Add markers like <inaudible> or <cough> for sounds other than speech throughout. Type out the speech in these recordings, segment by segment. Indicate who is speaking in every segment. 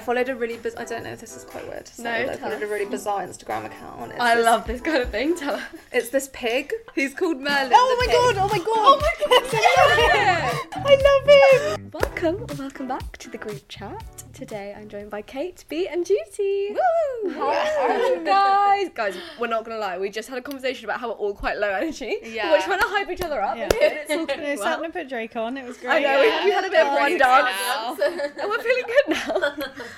Speaker 1: followed a really biz- I don't know if this is quite weird. To say,
Speaker 2: No,
Speaker 1: but I
Speaker 2: tell
Speaker 1: followed a
Speaker 2: us.
Speaker 1: really bizarre Instagram account. It's
Speaker 2: I
Speaker 1: this-
Speaker 2: love this kind of thing. Tell her.
Speaker 1: It's this pig. He's called Merlin.
Speaker 3: Oh
Speaker 1: the
Speaker 3: my
Speaker 1: pig.
Speaker 3: god! Oh my god! Oh
Speaker 2: Yeah.
Speaker 3: I love him.
Speaker 2: Welcome or welcome back to the group chat. Today I'm joined by Kate, B, and Duty. Woo! Hi, guys. <laughs> Guys, we're not gonna lie. We just had a conversation about how we're all quite low energy.
Speaker 1: Yeah.
Speaker 2: We're trying to hype each other up.
Speaker 3: Yeah.
Speaker 2: and <laughs> it's all
Speaker 3: <laughs> No,
Speaker 2: coming well.
Speaker 3: Satna put Drake on. It was great.
Speaker 2: I know we, we had a bit of
Speaker 1: Yeah.
Speaker 2: one dance, and we're feeling good now.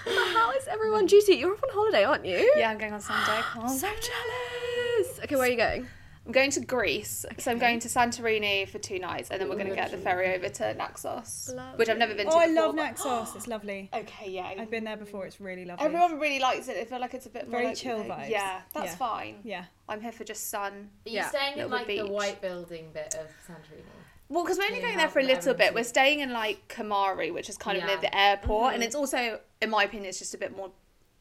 Speaker 2: but how is everyone? Duty, you're off on holiday, aren't you?
Speaker 1: Yeah, I'm going on Sunday. Can't.
Speaker 2: So jealous. Okay, where are you going?
Speaker 1: I'm going to Greece. So I'm going to Santorini for two nights, and then we're going to get the ferry over to Naxos, which I've never been to.
Speaker 3: Oh, I
Speaker 1: before,
Speaker 3: love
Speaker 1: but-
Speaker 3: Naxos. It's lovely.
Speaker 1: Okay, yeah.
Speaker 3: I've been there before. It's really lovely.
Speaker 1: Everyone really likes it. I feel like it's a bit more
Speaker 3: Very
Speaker 1: like,
Speaker 3: chill vibes.
Speaker 1: Yeah, that's
Speaker 3: Yeah.
Speaker 1: fine.
Speaker 3: Yeah.
Speaker 1: I'm here for just sun.
Speaker 4: Are you
Speaker 2: Yeah,
Speaker 4: staying in
Speaker 1: little
Speaker 4: like the
Speaker 1: beach.
Speaker 4: white building bit of Santorini?
Speaker 1: Well, because we're only
Speaker 4: Yeah,
Speaker 1: going there for a
Speaker 4: not
Speaker 1: little bit.
Speaker 4: everyone's-
Speaker 1: We're staying in like Kamari, which is kind of near
Speaker 4: Yeah. Mm-hmm.
Speaker 1: the airport, and it's also, in my opinion, it's just a bit more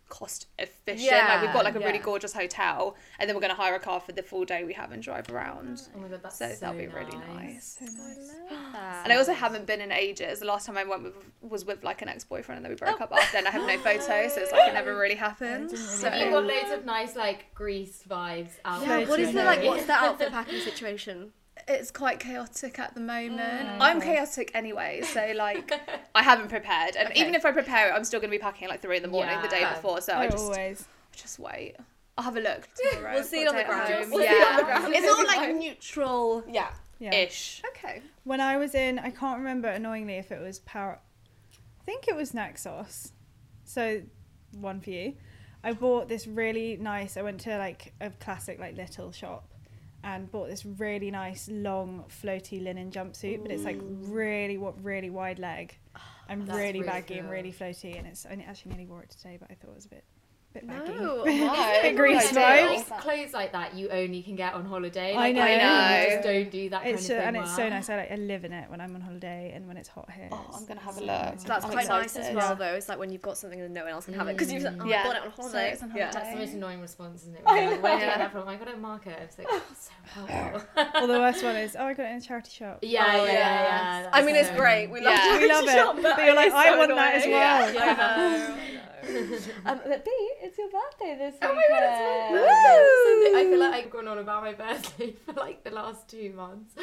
Speaker 1: cost efficient. like we've got
Speaker 4: Yeah,
Speaker 1: like a really
Speaker 4: yeah.
Speaker 1: gorgeous hotel, and then we're going to hire a car for the full day we have and drive around.
Speaker 4: Oh my god, that's
Speaker 1: So,
Speaker 4: so,
Speaker 1: that'll be really
Speaker 4: nice.
Speaker 1: nice.
Speaker 2: Uh,
Speaker 1: And I also haven't been in ages. The last time I went with, was with like an ex-boyfriend, and then we broke
Speaker 4: Oh.
Speaker 1: up after, and I
Speaker 4: <laughs>
Speaker 1: have no photos, so it's like it never really happened. So
Speaker 4: Have you got loads of nice like Greece vibes out
Speaker 2: Yeah,
Speaker 3: Yeah,
Speaker 2: what is
Speaker 3: it's
Speaker 2: the like?
Speaker 3: really-
Speaker 2: What's the outfit packing situation?
Speaker 1: it's quite chaotic at the moment. I'm chaotic anyway, so like I haven't prepared, and
Speaker 2: Okay.
Speaker 1: even if I prepare it, I'm still going to be packing at like three in the morning the day
Speaker 4: Yeah.
Speaker 1: before. So
Speaker 3: I
Speaker 1: I just
Speaker 3: always.
Speaker 1: just wait. I'll have a look. Tomorrow.
Speaker 2: We'll
Speaker 1: I've
Speaker 2: see it
Speaker 1: got
Speaker 2: on the
Speaker 1: a day at
Speaker 2: ground.
Speaker 1: home.
Speaker 2: <laughs> We'll see
Speaker 1: yeah.
Speaker 2: it
Speaker 1: <laughs>
Speaker 2: on the ground.
Speaker 1: It's all like neutral
Speaker 4: Yeah.
Speaker 3: Yeah.
Speaker 1: ish.
Speaker 2: Okay.
Speaker 3: When I was in, I can't remember annoyingly if it was Power. I think it was Naxos. So, one for you. I bought this really nice. I went to like a classic like little shop, and bought this really nice long floaty linen jumpsuit. But it's like really what really wide leg, and
Speaker 4: That's
Speaker 3: really
Speaker 4: really
Speaker 3: baggy and
Speaker 4: cool.
Speaker 3: really floaty. And it's I actually nearly wore it today, but I thought it was a bit bit baggy.
Speaker 2: No.
Speaker 1: No,
Speaker 3: Greece
Speaker 1: no idea.
Speaker 3: vibes.
Speaker 4: Clothes like that you only can get on holiday.
Speaker 3: I
Speaker 4: Like,
Speaker 3: know.
Speaker 4: like,
Speaker 1: I
Speaker 4: You
Speaker 1: know.
Speaker 4: just don't do that
Speaker 3: It's so,
Speaker 4: kind of
Speaker 3: and
Speaker 4: thing.
Speaker 3: it's so
Speaker 4: well.
Speaker 3: nice. I like I live in it when I'm on holiday and when it's hot here.
Speaker 1: Oh,
Speaker 3: it's-
Speaker 1: I'm gonna have a look.
Speaker 2: That's
Speaker 1: I'm
Speaker 2: quite nice
Speaker 1: excited.
Speaker 2: as well, though. It's like when you've got something and no one else can have it because you've like, oh,
Speaker 1: Yeah.
Speaker 2: I got it on holiday.
Speaker 1: So it's on
Speaker 2: Yeah.
Speaker 1: holiday.
Speaker 4: That's the most annoying response, isn't it?
Speaker 2: I
Speaker 4: We're like, Where do you
Speaker 1: know.
Speaker 4: get that from? I got it at market. It's like, that's so horrible.
Speaker 3: Well, the worst one is oh, I got it in a charity shop.
Speaker 4: Yeah,
Speaker 2: Oh,
Speaker 4: yeah,
Speaker 2: yeah.
Speaker 4: yeah. that's
Speaker 2: I mean, it's
Speaker 4: so
Speaker 2: great. We love
Speaker 1: Yeah.
Speaker 2: yeah.
Speaker 3: We love
Speaker 2: <laughs>
Speaker 3: it. But you're like, I want that as well.
Speaker 4: annoying. Yeah.
Speaker 2: um, but B, it's your birthday this
Speaker 4: Oh
Speaker 2: weekend.
Speaker 4: my god, it's my birthday. I feel like I've gone on about my <laughs> birthday for like the last two months.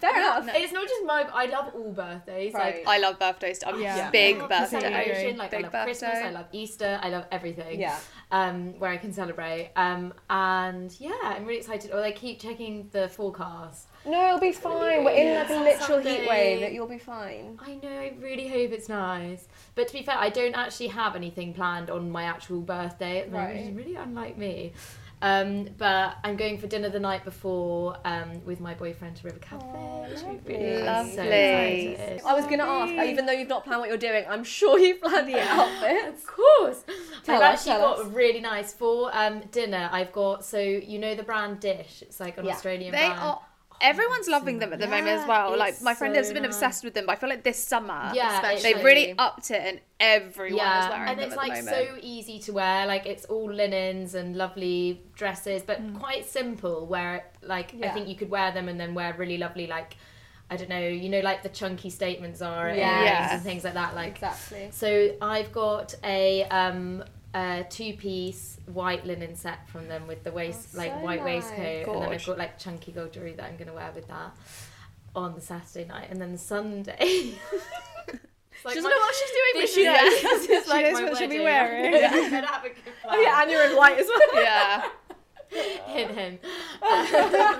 Speaker 2: Fair enough.
Speaker 4: It's not just my. I love all birthdays. Like
Speaker 1: I love birthdays. I'm
Speaker 3: Yeah.
Speaker 1: a big
Speaker 4: I love
Speaker 3: birthday.
Speaker 1: birthday.
Speaker 4: Celebration. Like
Speaker 1: Big
Speaker 4: I love Christmas.
Speaker 1: birthday.
Speaker 4: I love Easter. I love everything.
Speaker 2: Yeah.
Speaker 4: Um, where I can celebrate. Um, and yeah, I'm really excited. Or they keep checking the forecast.
Speaker 2: No, it'll be fine. We're in like a
Speaker 4: Yeah.
Speaker 2: literal
Speaker 4: Sunday.
Speaker 2: heat wave. You'll be fine.
Speaker 4: I know. I really hope it's nice. But to be fair, I don't actually have anything planned on my actual birthday at the moment, which is
Speaker 2: Right.
Speaker 4: really unlike me. Um, but I'm going for dinner the night before um, with my boyfriend to River Cafe. which would be really nice. So
Speaker 1: Lovely.
Speaker 4: excited.
Speaker 2: I was gonna ask, even though you've not planned what you're doing, I'm sure you've planned the outfit.
Speaker 4: Of course.
Speaker 2: Tell
Speaker 4: I've
Speaker 2: us,
Speaker 4: actually
Speaker 2: tell
Speaker 4: got
Speaker 2: us.
Speaker 4: really nice for um, dinner. I've got so you know the brand Dish. It's like an
Speaker 2: Yeah.
Speaker 4: Australian
Speaker 1: They
Speaker 4: brand.
Speaker 1: are. Everyone's loving them at the moment as
Speaker 2: Yeah,
Speaker 1: well.
Speaker 4: it's
Speaker 1: Like my friend
Speaker 4: so
Speaker 1: has been
Speaker 4: nice.
Speaker 1: obsessed with them, but I feel like this summer,
Speaker 4: Yeah,
Speaker 1: they've
Speaker 4: it's
Speaker 1: really
Speaker 2: true.
Speaker 1: upped it, and everyone is wearing
Speaker 4: and
Speaker 1: them
Speaker 4: it's
Speaker 1: at
Speaker 4: like
Speaker 1: the moment.
Speaker 4: so easy to wear. Like it's all linens and lovely dresses, but quite simple. Where like I
Speaker 2: Mm. Yeah.
Speaker 4: think you could wear them and then wear really lovely like I don't know, you know, like the chunky statements are and
Speaker 2: Yeah.
Speaker 4: earrings
Speaker 1: Yes.
Speaker 4: and things like that. <laughs> Like
Speaker 2: Exactly.
Speaker 4: So I've got a um a two piece white linen set from them with the waist
Speaker 2: Oh,
Speaker 4: like
Speaker 2: so
Speaker 4: white
Speaker 2: nice.
Speaker 4: waistcoat and then
Speaker 1: Gorge.
Speaker 4: I've got like chunky gold jewelry that I'm gonna wear with that on the Saturday night and then the Sunday. <laughs> It's like
Speaker 2: she doesn't
Speaker 4: my-
Speaker 2: know what she's doing, but
Speaker 4: this
Speaker 2: she knows.
Speaker 4: is- <laughs> this is
Speaker 3: She
Speaker 4: like
Speaker 3: knows
Speaker 4: my
Speaker 3: what she'll be
Speaker 4: wedding. <laughs>
Speaker 3: wearing.
Speaker 4: Yeah, I'm gonna have a good plan.
Speaker 2: Oh yeah, and you're in white as
Speaker 1: <laughs>
Speaker 2: well.
Speaker 1: yeah,
Speaker 4: Hint, hint. Um, <laughs>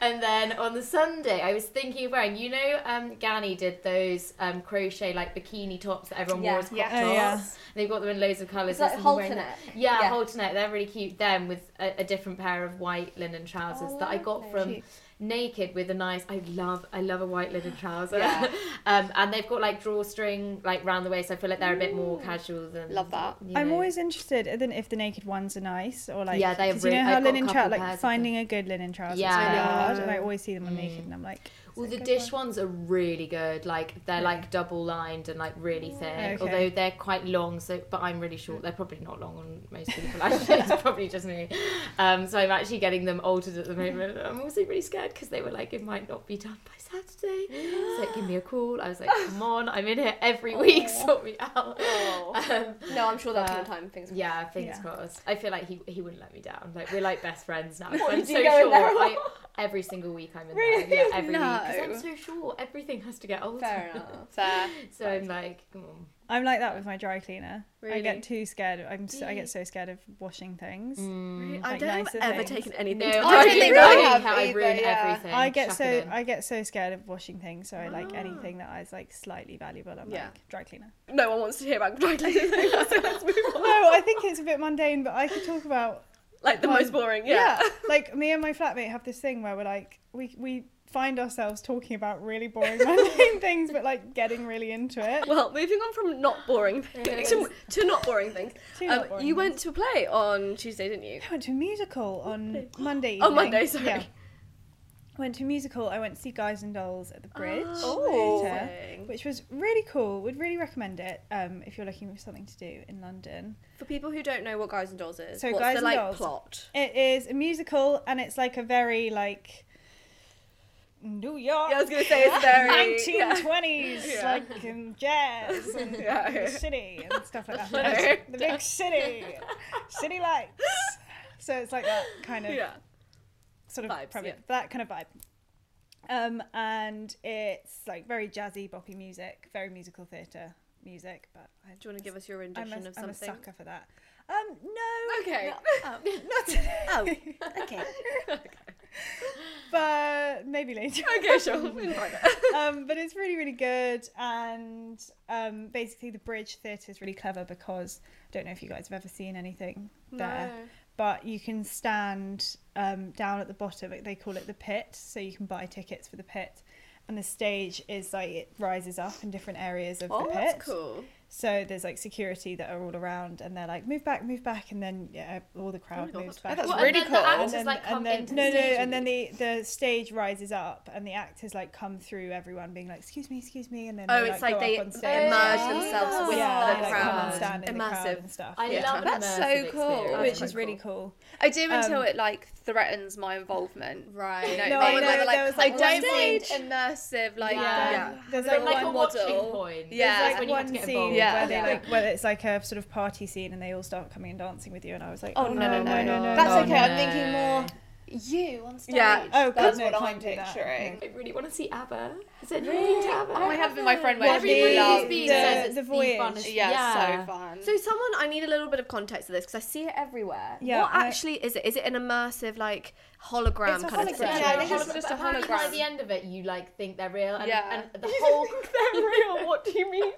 Speaker 4: and then on the Sunday, I was thinking of wearing, you know, um, Gani did those um, crochet like bikini tops that everyone
Speaker 2: Yeah.
Speaker 4: wore as crop
Speaker 1: Yeah.
Speaker 3: Oh,
Speaker 4: tops.
Speaker 3: yeah.
Speaker 4: They've got them in loads of
Speaker 2: It's
Speaker 4: colours. so I
Speaker 2: like
Speaker 4: was thinking wearing
Speaker 2: halter neck.
Speaker 4: that. Yeah,
Speaker 2: Yeah.
Speaker 4: halter neck. They're really cute. Them with a, a different pair of white linen trousers
Speaker 2: Oh,
Speaker 4: that I got from
Speaker 1: Cute.
Speaker 4: Naked with a nice. I love. I love a white linen trouser.
Speaker 2: Yeah.
Speaker 4: <laughs> um, and they've got like drawstring like round the waist. I feel like they're a bit more casual than.
Speaker 1: Love that.
Speaker 4: you
Speaker 3: I'm
Speaker 4: know.
Speaker 3: always interested in if the naked ones are nice or like.
Speaker 4: Yeah, they are
Speaker 3: 'cause
Speaker 4: really-
Speaker 3: You know how
Speaker 4: I've got a
Speaker 3: linen
Speaker 4: couple
Speaker 3: trousers,
Speaker 4: pairs
Speaker 3: like
Speaker 4: of
Speaker 3: finding a good linen trouser is
Speaker 4: Yeah. Mm.
Speaker 3: really
Speaker 2: Yeah.
Speaker 3: hard, and I always see them on naked, and I'm like,
Speaker 4: Well, the
Speaker 3: Good
Speaker 4: dish ones are really good. Like they're like double lined and like really thin.
Speaker 3: Okay. Mm.
Speaker 4: Although they're quite long, so but I'm really short. They're probably not long on most people. Actually, <laughs> it's probably just me. Um, so I'm actually getting them altered
Speaker 3: <laughs>
Speaker 4: at the moment. I'm also really scared because they were like, it might not be done by Saturday. So give me a call. I was
Speaker 3: <laughs>
Speaker 4: like, come on, I'm in here
Speaker 3: Oh.
Speaker 4: every week. <laughs> Sort me out. Um,
Speaker 2: <laughs> No, I'm sure that's
Speaker 4: Uh,
Speaker 2: one time things.
Speaker 4: yeah, fingers
Speaker 3: Yeah.
Speaker 4: crossed. I feel like he he wouldn't let me down. Like we're like best friends now.
Speaker 2: What,
Speaker 4: I'm
Speaker 2: do
Speaker 4: so
Speaker 2: you
Speaker 4: short.
Speaker 2: go in there?
Speaker 4: I, every single week I'm in
Speaker 1: Really?
Speaker 4: there. Yeah, <laughs> every week. 'Cause
Speaker 1: No.
Speaker 4: I'm so short. Everything has to get older.
Speaker 2: Fair
Speaker 4: <laughs>
Speaker 2: enough.
Speaker 1: Fair.
Speaker 4: So I'm like, come on.
Speaker 3: I'm like that with my dry cleaner. I
Speaker 2: Really?
Speaker 3: get too scared. I'm so, I
Speaker 4: Do you?
Speaker 3: get so scared of washing things.
Speaker 4: Mm.
Speaker 2: I
Speaker 3: Like
Speaker 2: don't think
Speaker 3: nicer
Speaker 2: I've ever
Speaker 3: things.
Speaker 2: taken anything.
Speaker 4: No,
Speaker 2: to
Speaker 1: I
Speaker 2: the
Speaker 1: don't think
Speaker 2: dry
Speaker 1: I
Speaker 2: cleaner.
Speaker 1: have
Speaker 4: how I
Speaker 1: either,
Speaker 4: ruin
Speaker 1: yeah.
Speaker 4: everything.
Speaker 3: I get
Speaker 4: chuck
Speaker 3: so
Speaker 4: it in.
Speaker 3: I get so scared of washing things. So I like
Speaker 4: Ah.
Speaker 3: anything that is like slightly valuable. I'm
Speaker 2: Yeah.
Speaker 3: like dry cleaner. <laughs>
Speaker 2: No one wants to hear
Speaker 4: <laughs>
Speaker 2: about dry cleaning. <laughs> so let's move on.
Speaker 3: no, I think it's a bit mundane, but I could talk about
Speaker 2: Like the most boring.
Speaker 3: yeah.
Speaker 2: Yeah.
Speaker 3: like me and my flatmate have this thing where we're like we we find ourselves talking about really
Speaker 2: <laughs>
Speaker 3: boring mundane things, but like getting really into it.
Speaker 2: Well, moving on from not boring things to, to not boring things.
Speaker 3: Too
Speaker 2: Um,
Speaker 3: not boring.
Speaker 2: you went to a play on Tuesday, didn't you?
Speaker 3: I went to a musical on Monday.
Speaker 2: Oh,
Speaker 3: evening.
Speaker 2: Monday, sorry.
Speaker 3: Yeah. Went to a musical. I went to see Guys and Dolls at the Bridge,
Speaker 2: Oh,
Speaker 3: Theatre,
Speaker 2: amazing.
Speaker 3: which was really cool. Would really recommend it um, if you're looking for something to do in London.
Speaker 2: For people who don't know what Guys and Dolls is,
Speaker 3: So
Speaker 2: what's
Speaker 3: Guys
Speaker 2: the
Speaker 3: and
Speaker 2: like
Speaker 3: Dolls-
Speaker 2: plot?
Speaker 3: It is a musical, and it's like a very like New York.
Speaker 2: Yeah, I was gonna say it's
Speaker 3: <laughs>
Speaker 2: very
Speaker 3: 1920s,
Speaker 2: Yeah.
Speaker 3: like in jazz and
Speaker 2: Yeah.
Speaker 3: the city and stuff like that.
Speaker 2: Sorry.
Speaker 3: The big city, city lights. So it's like that kind of
Speaker 2: Yeah.
Speaker 3: sort of
Speaker 2: Vibes,
Speaker 3: probably
Speaker 2: yeah.
Speaker 3: that kind of vibe. Um, and it's like very jazzy, boppy music, very musical theatre music. But I,
Speaker 2: Do you want to give us your
Speaker 3: I'm,
Speaker 2: rendition
Speaker 3: a,
Speaker 2: of
Speaker 3: I'm a
Speaker 2: something?
Speaker 3: sucker for that. Um, no,
Speaker 2: Okay.
Speaker 3: not today.
Speaker 2: okay.
Speaker 3: but maybe later.
Speaker 2: Okay, sure. We'll invite her.
Speaker 3: <laughs> um, but it's really, really good. And um, basically, the Bridge Theatre is really clever because I don't know if you guys have ever seen anything there, but you can stand um, down at the bottom. They call it the pit, so you can buy tickets for the pit. And the stage is like it rises up in different areas of
Speaker 2: Oh,
Speaker 3: the pit.
Speaker 2: that's cool.
Speaker 3: So there's like security that are all around, and they're like, "Move back, move back," and then yeah, all the crowd
Speaker 2: God.
Speaker 3: moves
Speaker 2: Oh,
Speaker 3: back.
Speaker 2: that's
Speaker 4: Well,
Speaker 1: really
Speaker 4: and then the
Speaker 1: cool.
Speaker 4: actors like come
Speaker 3: and then,
Speaker 4: into
Speaker 3: no,
Speaker 4: the
Speaker 3: no,
Speaker 4: stage
Speaker 3: and then
Speaker 4: with
Speaker 3: the the stage rises up, and the actors like come through everyone, being like, "Excuse me, excuse me," and then
Speaker 2: Oh,
Speaker 3: they,
Speaker 2: it's like
Speaker 3: go
Speaker 2: they
Speaker 3: up on
Speaker 2: immerse
Speaker 3: stage.
Speaker 4: Yeah.
Speaker 2: themselves with
Speaker 3: yeah,
Speaker 2: the
Speaker 3: they, like, come
Speaker 2: crowd.
Speaker 3: and stand in the crowd
Speaker 2: Immersive.
Speaker 3: and stuff,
Speaker 4: I
Speaker 2: Yeah.
Speaker 4: love an
Speaker 1: That's so
Speaker 4: immersive
Speaker 1: cool.
Speaker 4: experience.
Speaker 3: which
Speaker 4: That's
Speaker 3: is really cool.
Speaker 1: I do until
Speaker 3: Um,
Speaker 1: it like threatens my involvement.
Speaker 2: Right.
Speaker 1: You know,
Speaker 3: <laughs> No,
Speaker 1: they
Speaker 3: I
Speaker 1: were
Speaker 3: know,
Speaker 1: never, like,
Speaker 3: there was,
Speaker 1: I
Speaker 3: like, one
Speaker 1: don't
Speaker 3: <laughs>
Speaker 1: mind
Speaker 3: stage-
Speaker 1: immersive like um,
Speaker 4: Yeah.
Speaker 2: Yeah.
Speaker 3: There's like,
Speaker 4: From, like a
Speaker 3: one
Speaker 1: model.
Speaker 4: watching point.
Speaker 1: Yeah.
Speaker 4: It's
Speaker 3: There's
Speaker 4: like
Speaker 3: like
Speaker 4: when you have to
Speaker 3: one
Speaker 4: get
Speaker 3: scene
Speaker 4: involved.
Speaker 1: Yeah.
Speaker 3: where they
Speaker 2: Yeah.
Speaker 3: like whether it's like a sort of party scene and they all start coming and dancing with you and I was like
Speaker 1: Oh, no, no, no,
Speaker 2: no,
Speaker 1: That's
Speaker 2: Oh,
Speaker 1: okay. I'm thinking more you on stage.
Speaker 2: Yeah.
Speaker 3: Oh, God,
Speaker 1: that's
Speaker 3: no,
Speaker 1: what
Speaker 3: can't
Speaker 1: I'm
Speaker 3: do that.
Speaker 1: picturing.
Speaker 4: I really want to see ABBA. Is it really to ABBA?
Speaker 1: Oh, I have been my friend
Speaker 4: Well,
Speaker 1: went.
Speaker 3: Everybody
Speaker 1: She
Speaker 3: loves
Speaker 1: loved
Speaker 4: everybody's been
Speaker 1: it.
Speaker 3: the-
Speaker 4: says it's
Speaker 3: the
Speaker 4: the
Speaker 3: voyage.
Speaker 4: funnest-
Speaker 1: Yeah,
Speaker 4: yeah.
Speaker 1: so fun.
Speaker 2: <laughs> So someone, I need a little bit of context to this because I see it everywhere.
Speaker 3: Yeah,
Speaker 2: what
Speaker 3: I-
Speaker 2: actually is it? Is it an immersive like hologram
Speaker 3: It's a
Speaker 2: kind
Speaker 3: hologram.
Speaker 2: of
Speaker 1: Yeah,
Speaker 2: situation?
Speaker 1: I think it's
Speaker 4: But
Speaker 1: just a
Speaker 4: apparently By
Speaker 1: hologram.
Speaker 4: the end of it, you like think they're real, and,
Speaker 1: Yeah.
Speaker 4: and the whole they're real. What do you mean?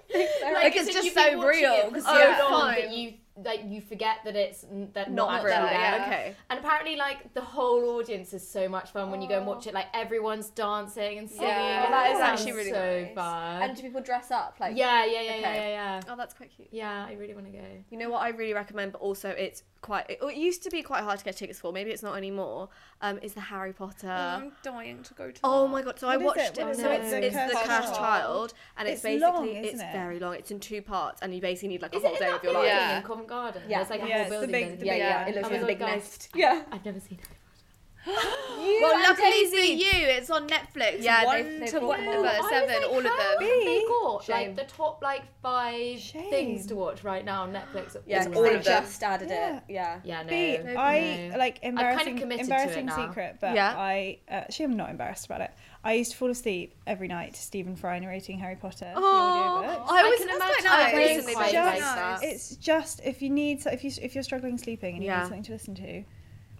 Speaker 1: Like, it's just so real.
Speaker 4: Because
Speaker 1: Because
Speaker 4: so
Speaker 1: yeah.
Speaker 4: long
Speaker 2: fine.
Speaker 4: that you like you forget that it's n- that not,
Speaker 2: Not
Speaker 4: actually
Speaker 2: real,
Speaker 4: there.
Speaker 1: yeah.
Speaker 2: Okay.
Speaker 4: And apparently, like the whole audience is so much fun when you go and watch it. Like everyone's dancing and singing.
Speaker 1: Yeah.
Speaker 4: and
Speaker 1: That
Speaker 4: it
Speaker 1: is
Speaker 4: sounds
Speaker 1: actually really
Speaker 4: so
Speaker 1: nice.
Speaker 4: fun.
Speaker 2: And do people dress up? Like
Speaker 4: yeah, yeah, yeah, yeah,
Speaker 2: Okay.
Speaker 4: yeah, yeah.
Speaker 2: Oh, that's quite cute.
Speaker 4: Yeah, I really want to go.
Speaker 2: You know what I really recommend, but also it's quite. It, it used to be quite hard to get tickets for. Maybe it's not anymore. Um, is the Harry Potter.
Speaker 1: I'm dying to go to.
Speaker 2: Oh
Speaker 1: that.
Speaker 2: my god! So
Speaker 3: What
Speaker 2: I
Speaker 3: is
Speaker 2: watched
Speaker 3: it?
Speaker 2: it.
Speaker 3: What
Speaker 4: is
Speaker 2: so
Speaker 4: it?
Speaker 2: it's,
Speaker 4: The
Speaker 2: it's the
Speaker 1: Cursed
Speaker 2: Cursed
Speaker 1: Child.
Speaker 2: Child, and it's,
Speaker 3: It's
Speaker 2: basically
Speaker 3: long, isn't
Speaker 2: it's
Speaker 3: it?
Speaker 2: very long. It's in two parts, and you basically need like a
Speaker 4: Is
Speaker 2: whole
Speaker 4: it in
Speaker 2: day
Speaker 4: that
Speaker 2: of your
Speaker 4: building
Speaker 2: life.
Speaker 1: Yeah.
Speaker 4: in Covent Garden?
Speaker 2: Yeah.
Speaker 4: There's like a
Speaker 3: Yeah,
Speaker 4: whole
Speaker 3: it's the
Speaker 4: building.
Speaker 3: big-
Speaker 4: in-
Speaker 3: the
Speaker 4: yeah,
Speaker 3: big
Speaker 4: yeah.
Speaker 3: one. It looks
Speaker 4: Oh my
Speaker 2: like a
Speaker 4: God,
Speaker 2: big
Speaker 4: guys,
Speaker 2: nest. Yeah.
Speaker 4: I've never seen it.
Speaker 1: Well, luckily for you, it's on Netflix.
Speaker 2: Yeah,
Speaker 1: one
Speaker 2: they've- they've
Speaker 1: to
Speaker 2: brought them all.
Speaker 1: whatever,
Speaker 4: Oh, I was
Speaker 1: seven,
Speaker 4: like,
Speaker 1: all of
Speaker 4: how
Speaker 1: them.
Speaker 4: have They
Speaker 3: Big.
Speaker 4: got
Speaker 2: Shame.
Speaker 4: like the top like five
Speaker 3: Shame.
Speaker 4: things to watch right now on Netflix. at
Speaker 2: Yeah,
Speaker 4: all
Speaker 2: all
Speaker 4: time.
Speaker 2: of them. Just added
Speaker 3: Yeah.
Speaker 2: it. Yeah.
Speaker 4: Yeah, no.
Speaker 3: B,
Speaker 4: no.
Speaker 3: I like embarrassing,
Speaker 4: committed to it
Speaker 3: embarrassing
Speaker 4: now.
Speaker 3: secret, but
Speaker 2: Yeah.
Speaker 3: I uh, actually I'm not embarrassed about it. I used to fall asleep every night to Stephen Fry narrating Harry Potter. the audiobook.
Speaker 2: Oh, I always
Speaker 4: can
Speaker 2: that's
Speaker 4: imagine
Speaker 2: quite
Speaker 1: it
Speaker 2: nice.
Speaker 1: being
Speaker 2: Recently,
Speaker 1: quite
Speaker 2: but
Speaker 1: nice.
Speaker 2: like that.
Speaker 3: It's just if you need so- if you if you're struggling sleeping and you
Speaker 2: Yeah.
Speaker 3: need something to listen to,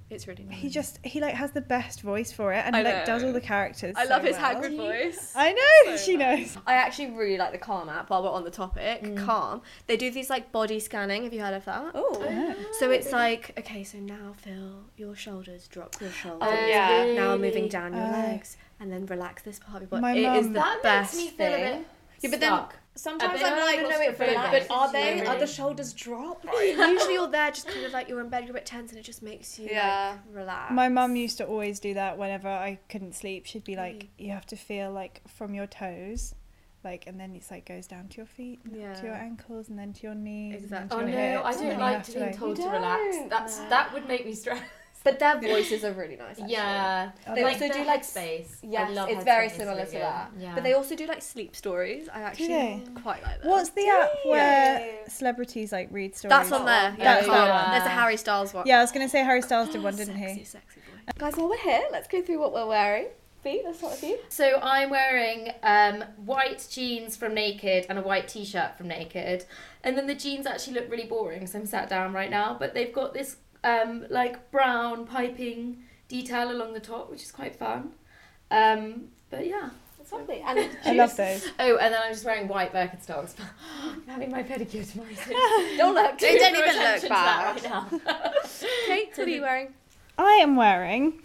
Speaker 2: It's really nice.
Speaker 3: he just he like has the best voice for it and
Speaker 2: I
Speaker 3: he like
Speaker 2: know.
Speaker 3: does all the characters.
Speaker 2: I love
Speaker 3: so
Speaker 2: his
Speaker 3: well.
Speaker 2: Hagrid voice.
Speaker 3: I know
Speaker 2: So
Speaker 3: she knows.
Speaker 2: I actually really like the Calm app while we're on the topic.
Speaker 5: Mm.
Speaker 2: Calm. They do these like body scanning. Have you heard of that?
Speaker 1: Oh,
Speaker 2: So it's like, okay, so now feel your shoulders, drop your shoulders.
Speaker 1: Oh, yeah.
Speaker 2: Now moving down your
Speaker 3: Oh.
Speaker 2: legs and then relax this part of your
Speaker 3: My
Speaker 2: body. It is
Speaker 3: mum-
Speaker 2: the
Speaker 4: That
Speaker 2: best
Speaker 4: makes me feel
Speaker 2: thing.
Speaker 4: a bit
Speaker 1: Yeah, but then-
Speaker 4: stuck.
Speaker 1: Sometimes
Speaker 4: bit-
Speaker 1: I'm
Speaker 4: No,
Speaker 1: like,
Speaker 4: no, no,
Speaker 1: but,
Speaker 4: it relaxes
Speaker 1: are
Speaker 4: you,
Speaker 1: they? Are
Speaker 4: really.
Speaker 1: the shoulders dropped?
Speaker 4: <laughs>
Speaker 5: Usually you're there, just kind of like you're in bed, you're a bit tense, and it just makes you
Speaker 1: Yeah.
Speaker 5: like, relax.
Speaker 3: My mum used to always do that whenever I couldn't sleep. She'd be like,
Speaker 4: Mm.
Speaker 3: "You have to feel like from your toes, like, and then it's like goes down to your feet, and up to your
Speaker 5: Yeah.
Speaker 3: ankles, and then to your knees." and then
Speaker 5: Exactly.
Speaker 3: to
Speaker 4: Oh
Speaker 3: your
Speaker 4: no, I
Speaker 3: hips, and then
Speaker 4: don't
Speaker 3: you
Speaker 4: like
Speaker 3: have
Speaker 4: to be told
Speaker 1: You
Speaker 4: to relax.
Speaker 1: don't.
Speaker 4: That's
Speaker 1: No.
Speaker 4: that would make me stressed.
Speaker 2: But their voices are really nice. Actually.
Speaker 4: Yeah,
Speaker 2: They
Speaker 4: like
Speaker 2: also
Speaker 4: the
Speaker 2: do like
Speaker 4: space.
Speaker 2: Yes, it's very similar to that.
Speaker 4: Yeah,
Speaker 2: But they also do like sleep stories. I actually
Speaker 3: they?
Speaker 2: quite like that.
Speaker 3: What's the app where celebrities like read stories?
Speaker 5: That's on there. Yeah, that's
Speaker 3: That's
Speaker 5: on
Speaker 4: that one.
Speaker 5: There's a Harry Styles one.
Speaker 3: Yeah, I was gonna say
Speaker 4: Oh,
Speaker 3: Harry Styles did one, didn't
Speaker 5: Sexy,
Speaker 3: he?
Speaker 5: sexy boy.
Speaker 2: Guys, while we're here, let's go through what we're wearing. B, let's start with you.
Speaker 4: So I'm wearing um, white jeans from Naked and a white t-shirt from Naked, and then the jeans actually look really boring. So I'm sat down right now, but they've got this um, like brown piping detail along the top, which is quite fun. Um, but yeah.
Speaker 2: It's <laughs> lovely. And
Speaker 3: I love those.
Speaker 4: Oh, and then I'm just wearing white Birkenstocks. <laughs> I'm having my pedicure tomorrow.
Speaker 1: <laughs>
Speaker 4: So
Speaker 2: don't look.
Speaker 1: They don't even
Speaker 4: pay
Speaker 1: look
Speaker 4: attention to that
Speaker 1: bad.
Speaker 4: right now.
Speaker 2: Kate, what are you wearing?
Speaker 3: I am wearing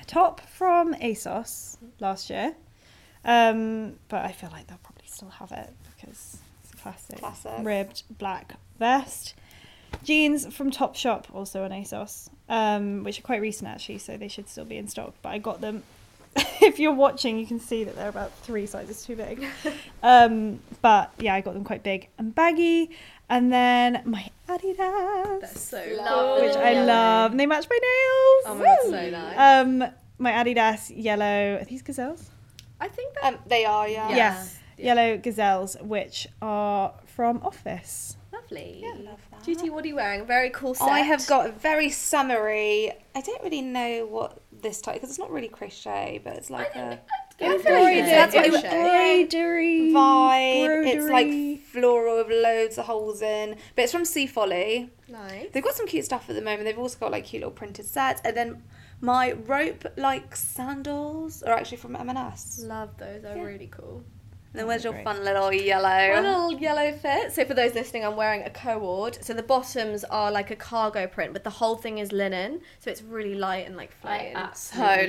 Speaker 3: a top from ASOS last year, um, but I feel like they'll probably still have it because it's classic.
Speaker 1: Classic.
Speaker 3: Ribbed black vest. Jeans from Topshop, also on ASOS, um, which are quite recent actually, so they should still be in stock. But I got them. <laughs> if you're watching, you can see that they're about three sizes too big.
Speaker 2: <laughs>
Speaker 3: um, but yeah, I got them quite big and baggy. And then my Adidas
Speaker 5: That's so
Speaker 4: Love
Speaker 3: which
Speaker 4: Oh,
Speaker 3: I
Speaker 4: yellow.
Speaker 3: love. And they match my nails.
Speaker 2: Oh my god, so nice.
Speaker 3: Um, my Adidas yellow. Are these gazelles?
Speaker 5: I think that.
Speaker 1: Um, they are, yeah.
Speaker 4: Yeah.
Speaker 3: Yellow gazelles, which are from Office.
Speaker 2: Lovely.
Speaker 1: Yeah, I love that.
Speaker 2: Judy, what are you wearing? Very cool set.
Speaker 1: I have got a very summery. I don't really know what this type because it's not really crochet, but it's like a
Speaker 2: Embroidered.
Speaker 1: Yeah.
Speaker 2: That's what
Speaker 1: Yeah.
Speaker 2: you
Speaker 3: Embroidery.
Speaker 1: vibe. It's
Speaker 3: broderie.
Speaker 1: like floral with loads of holes in, but it's from Sea Folly.
Speaker 2: Nice.
Speaker 1: They've got some cute stuff at the moment. They've also got like cute little printed sets, and then my rope like sandals are actually from
Speaker 2: Mm.
Speaker 1: M&S. And
Speaker 5: Love those. They're
Speaker 1: Yeah.
Speaker 5: really cool.
Speaker 1: then where's your
Speaker 3: Great.
Speaker 1: fun little
Speaker 2: A
Speaker 1: yellow?
Speaker 2: little yellow fit. So for those listening, I'm wearing a cord. So the bottoms are like a cargo print, but the whole thing is linen. So it's really light and like
Speaker 4: I
Speaker 2: flowy.
Speaker 4: absolutely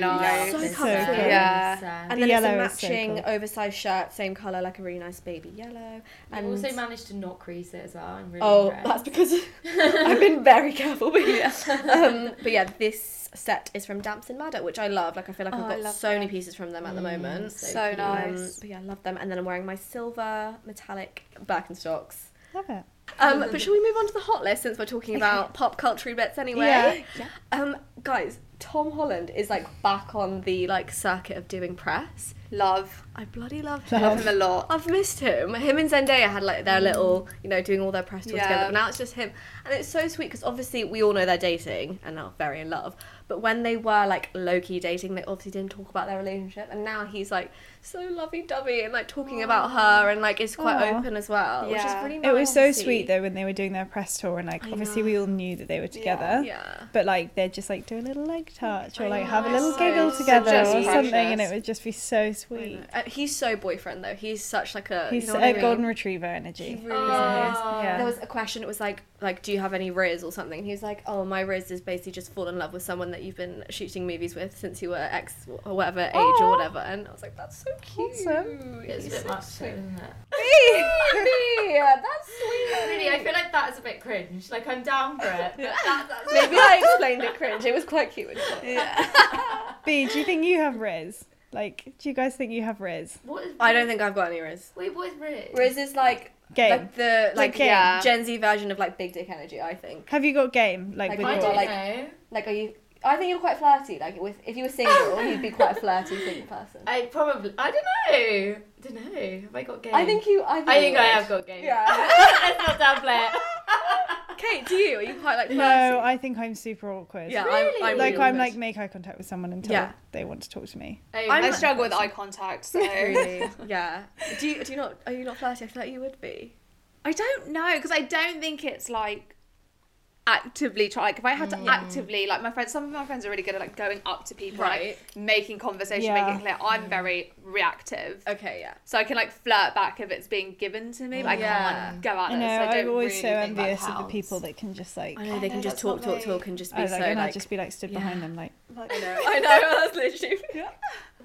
Speaker 1: So
Speaker 4: love
Speaker 1: nice.
Speaker 4: this
Speaker 5: So comfy.
Speaker 4: set.
Speaker 1: Yeah.
Speaker 4: Set.
Speaker 2: And
Speaker 3: The
Speaker 2: then it's a
Speaker 3: yellow is so
Speaker 2: matching
Speaker 3: cool.
Speaker 2: oversized shirt, same colour, like a really nice baby yellow.
Speaker 4: I've
Speaker 2: And
Speaker 4: also managed to not crease it as well. I'm really
Speaker 2: Oh,
Speaker 4: impressed.
Speaker 2: that's because I've been very careful. But yeah, um, but yeah, this set is from Damson Madder, which I love. Like I feel like
Speaker 1: Oh, I
Speaker 2: I've got
Speaker 1: love
Speaker 2: so many
Speaker 1: them.
Speaker 2: pieces from them at the
Speaker 4: Mm,
Speaker 2: moment.
Speaker 4: so
Speaker 1: So
Speaker 4: cute.
Speaker 2: Um,
Speaker 1: nice.
Speaker 2: but yeah, I love them. And then I'm wearing my silver metallic Birkenstocks.
Speaker 3: Love it.
Speaker 2: Um, but shall we move on to the hot list since we're talking about pop culture bits anyway?
Speaker 1: Yeah.
Speaker 2: Um, guys, Tom Holland is like back on the like circuit of doing press.
Speaker 1: Love.
Speaker 2: I bloody love him.
Speaker 1: Love him a lot.
Speaker 2: I've missed him. Him and Zendaya had like their little, you know, doing all their press tours
Speaker 1: Yeah.
Speaker 2: together. But now it's just him, and it's so sweet because obviously we all know they're dating and are very in love. But when they were like low key dating, they obviously didn't talk about their relationship, and now he's like so lovey dovey and like talking about her and like is quite
Speaker 3: Aw.
Speaker 2: open as well, which
Speaker 1: Yeah.
Speaker 2: is really nice.
Speaker 3: It was so
Speaker 2: to see.
Speaker 3: sweet though when they were doing their press tour and like
Speaker 2: I
Speaker 3: obviously we all knew that they were together.
Speaker 2: Yeah.
Speaker 3: But like they'd just like do a little leg touch
Speaker 2: I
Speaker 3: or like
Speaker 2: know,
Speaker 3: have a
Speaker 2: it's
Speaker 3: little
Speaker 2: so
Speaker 3: giggle
Speaker 2: sweet.
Speaker 3: together
Speaker 1: Just
Speaker 3: or something and
Speaker 1: precious.
Speaker 3: it would just be so
Speaker 2: I
Speaker 3: sweet.
Speaker 2: know. Uh, he's so boyfriend though. He's such like a
Speaker 3: He's
Speaker 2: you know what I
Speaker 3: a
Speaker 2: mean?
Speaker 3: golden retriever energy.
Speaker 2: He really
Speaker 4: Aw.
Speaker 2: is.
Speaker 3: Yeah.
Speaker 2: There was a question. It was like, like, do you have any riz or something? He was like, oh, my riz is basically just fall in love with someone that you've been shooting movies with since you were X or whatever age or whatever. And I was like, that's so cute.
Speaker 3: Awesome.
Speaker 4: It's a bit much, though, isn't it?
Speaker 2: <laughs> yeah, that's sweet.
Speaker 4: <laughs> Really, I feel like that's a bit cringe. Like I'm down for it. But that, that's
Speaker 2: Maybe I explained it cringe. It was quite cute. wasn't it?
Speaker 3: B, do you think you have Riz? Like, do you guys think you have Riz?
Speaker 4: what is
Speaker 2: I don't think I've got any riz.
Speaker 4: Wait, what is Riz?
Speaker 2: Riz is like,
Speaker 3: Game.
Speaker 2: like the like
Speaker 3: game.
Speaker 2: yeah Gen Z version of like big dick energy. I think.
Speaker 3: have you got game? Like,
Speaker 2: Like,
Speaker 3: with
Speaker 2: I
Speaker 4: I
Speaker 3: your
Speaker 2: don't
Speaker 4: don't
Speaker 2: like-
Speaker 4: know.
Speaker 2: Like, are you? I think you're quite flirty. Like, with if you were single, you'd be quite a flirty single
Speaker 4: <laughs>
Speaker 2: person.
Speaker 4: I probably. I don't know. Don't know. Have I got game?
Speaker 2: I think you. I think,
Speaker 4: I think
Speaker 2: you
Speaker 4: I
Speaker 2: would.
Speaker 4: have got game.
Speaker 2: Yeah.
Speaker 4: <laughs> Let's not downplay it.
Speaker 2: <laughs> Kate, do you? Are you quite like
Speaker 3: No, I think I'm super awkward.
Speaker 2: Yeah,
Speaker 4: Really?
Speaker 2: I'm, I'm
Speaker 3: Like,
Speaker 2: really
Speaker 3: I'm
Speaker 2: awkward.
Speaker 3: like, make eye contact with someone until
Speaker 2: Yeah.
Speaker 3: they want to talk to me.
Speaker 4: Oh,
Speaker 1: i
Speaker 2: I'm-
Speaker 4: my-
Speaker 1: struggle with eye contact, so
Speaker 3: <laughs>
Speaker 2: really, yeah. Do you do you not? Are you not flirty? I feel like you would be.
Speaker 1: I don't know because I don't think it's like actively try. Like if I had
Speaker 3: Mm.
Speaker 1: to actively like my friends, some of my friends are really good at like going up to people, and,
Speaker 2: Right.
Speaker 1: like making conversation,
Speaker 3: Yeah.
Speaker 1: making clear. I'm very reactive,
Speaker 2: Okay, yeah.
Speaker 1: so I can like flirt back if it's being given to me, but I
Speaker 2: Yeah.
Speaker 1: can't like, go at
Speaker 3: I
Speaker 1: it.
Speaker 3: know,
Speaker 1: so I
Speaker 3: I'm
Speaker 1: don't
Speaker 3: always
Speaker 1: really think
Speaker 3: so
Speaker 1: that
Speaker 3: envious of the
Speaker 1: counts.
Speaker 3: people that can just, like,
Speaker 2: I
Speaker 3: I,
Speaker 2: know they
Speaker 1: I
Speaker 2: can
Speaker 1: know,
Speaker 2: just
Speaker 1: that's
Speaker 2: talk,
Speaker 1: not
Speaker 2: talk,
Speaker 1: me.
Speaker 2: talk, and just be <laughs>
Speaker 3: like,
Speaker 2: so
Speaker 3: and I'd
Speaker 2: like.
Speaker 3: just be like stood behind them, like, <laughs>
Speaker 2: I know, I know. That's literally.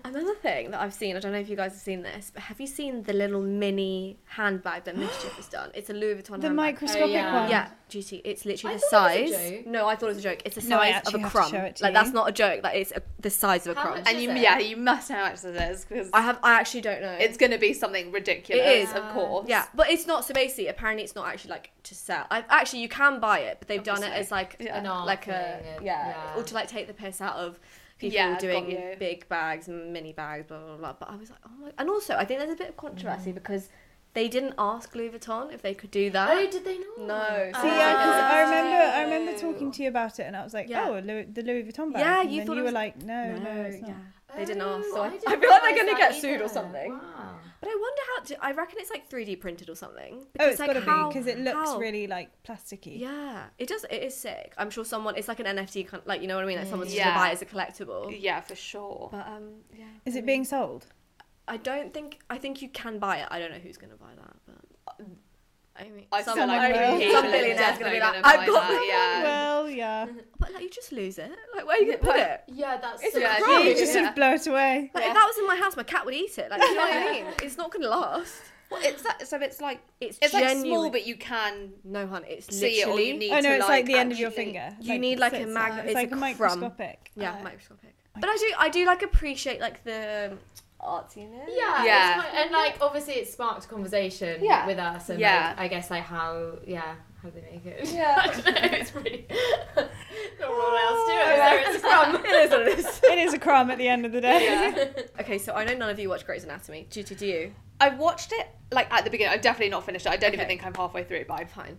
Speaker 2: Another thing that I've seen, I don't know if you guys have seen this, but have you seen the little mini handbag that Mischief has done? It's a Louis Vuitton
Speaker 3: The
Speaker 2: handbag.
Speaker 3: microscopic
Speaker 4: yeah.
Speaker 3: one.
Speaker 2: "Oh, Yeah, GT. It's literally
Speaker 4: I
Speaker 2: the
Speaker 4: thought it
Speaker 2: size.
Speaker 4: was a joke.
Speaker 2: No, I thought it was a joke. It's the
Speaker 3: No, I
Speaker 2: size of
Speaker 3: actually
Speaker 2: a
Speaker 3: have to
Speaker 2: crumb.
Speaker 3: show it to
Speaker 2: like
Speaker 3: you.
Speaker 2: that's not a joke. Like it's a, the size of a
Speaker 4: How
Speaker 2: crumb.
Speaker 4: much
Speaker 1: And
Speaker 2: And
Speaker 4: Is
Speaker 1: you,
Speaker 4: it?
Speaker 1: yeah, you must know how much this is because
Speaker 2: I have. I actually don't know.
Speaker 1: it's going to be something ridiculous. of course.
Speaker 2: yeah, but it's not. So basically, apparently, it's not actually like to sell. I, actually, you can buy it, but they've done it
Speaker 1: Obviously.
Speaker 2: as like
Speaker 1: Yeah.
Speaker 4: An art
Speaker 2: like a
Speaker 4: thing,
Speaker 2: yeah,
Speaker 4: a- yeah.
Speaker 2: or to like take the piss out of people
Speaker 1: Yeah, got you.
Speaker 2: doing big bags and mini bags, blah blah blah. But I was like, oh my, and also I think there's a bit of controversy
Speaker 3: Mm.
Speaker 2: because they didn't ask Louis Vuitton if they could do that.
Speaker 4: Oh, did they not?
Speaker 2: No.
Speaker 3: See,
Speaker 2: Ah.
Speaker 3: yeah, 'cause I
Speaker 2: Oh.
Speaker 3: remember, I remember talking to you about it, and I was like,
Speaker 2: Yeah.
Speaker 3: "Oh, Louis, the Louis Vuitton bag."
Speaker 2: Yeah,
Speaker 3: and
Speaker 2: you
Speaker 3: then
Speaker 2: thought
Speaker 3: you
Speaker 2: it
Speaker 3: were
Speaker 2: was-
Speaker 3: like, "No, no,
Speaker 2: no,
Speaker 3: it's not."
Speaker 2: yeah, they didn't
Speaker 4: Oh,
Speaker 2: ask. So I,
Speaker 4: didn't
Speaker 2: I feel like they're
Speaker 4: realise
Speaker 2: gonna
Speaker 4: that
Speaker 2: get sued or
Speaker 4: either.
Speaker 2: something.
Speaker 4: Wow.
Speaker 2: But I wonder how. To, I reckon it's like 3D printed or something.
Speaker 3: Oh, it's
Speaker 2: like
Speaker 3: got to be
Speaker 2: how-
Speaker 3: because it looks
Speaker 2: how-
Speaker 3: really like plasticky.
Speaker 2: Yeah, it does. It is sick. I'm sure someone. It's like an NFT, kind like you know what I mean. Like someone's
Speaker 1: Yeah.
Speaker 2: just gonna buy it as a collectible.
Speaker 1: Yeah, for sure.
Speaker 2: But um, yeah.
Speaker 3: Is
Speaker 2: I
Speaker 3: it
Speaker 2: mean,
Speaker 3: being sold?
Speaker 2: I don't think. I think you can buy it. I don't know who's gonna buy that, but. I mean,
Speaker 1: I feel
Speaker 2: someone-
Speaker 1: like
Speaker 3: will.
Speaker 1: people
Speaker 2: some
Speaker 1: are
Speaker 2: billionaire's gonna
Speaker 1: definitely
Speaker 2: be like,
Speaker 1: gonna buy
Speaker 2: I've got.
Speaker 1: that, yeah.
Speaker 2: <laughs>
Speaker 3: Well, yeah.
Speaker 2: But like, you just lose it. Like, where are you gonna put it?
Speaker 4: Yeah, that's
Speaker 2: It's
Speaker 4: so
Speaker 2: a
Speaker 4: yeah,
Speaker 2: crumb.
Speaker 3: You just sort of blow it away.
Speaker 2: Like,
Speaker 1: Yeah.
Speaker 2: if that was in my house, my cat would eat it. Like, do you know what I mean? <laughs> It's not gonna last.
Speaker 1: Well, it's that, so it's like
Speaker 2: It's,
Speaker 1: it's like small,
Speaker 2: genuine-
Speaker 1: but you can
Speaker 2: no, hun. It's literally.
Speaker 1: see it or you need
Speaker 3: Oh
Speaker 1: to
Speaker 3: no, it's like the end of your
Speaker 1: actually- <laughs>
Speaker 3: finger.
Speaker 2: you need, like, a
Speaker 3: it's like-
Speaker 2: magnet-
Speaker 3: It's
Speaker 2: it's
Speaker 3: like
Speaker 2: a
Speaker 3: a
Speaker 2: crumb.
Speaker 3: microscopic.
Speaker 2: Yeah,
Speaker 3: uh,
Speaker 2: microscopic. But I do, I do like appreciate like the um, artsiness.
Speaker 4: Yeah,
Speaker 1: Yeah.
Speaker 4: It's quite, and like obviously it sparked conversation
Speaker 1: Yeah.
Speaker 4: with us, and
Speaker 1: Yeah.
Speaker 4: like, I guess like how yeah how do they make it?
Speaker 2: Yeah.
Speaker 4: <laughs> I don't know. It's pretty. <laughs> not what else do
Speaker 2: Oh,
Speaker 4: it. So
Speaker 2: <laughs>
Speaker 4: it's
Speaker 2: <laughs>
Speaker 4: from.
Speaker 2: it is what it is.
Speaker 3: It is a crumb at the end of the
Speaker 2: <laughs>
Speaker 3: day.
Speaker 2: Okay, so I know none of you watch Grey's Anatomy. Do, do, do you?
Speaker 1: I watched it like at the beginning. I've definitely not finished it. I don't even
Speaker 2: Okay.
Speaker 1: think I'm halfway through, but I've
Speaker 2: Fine.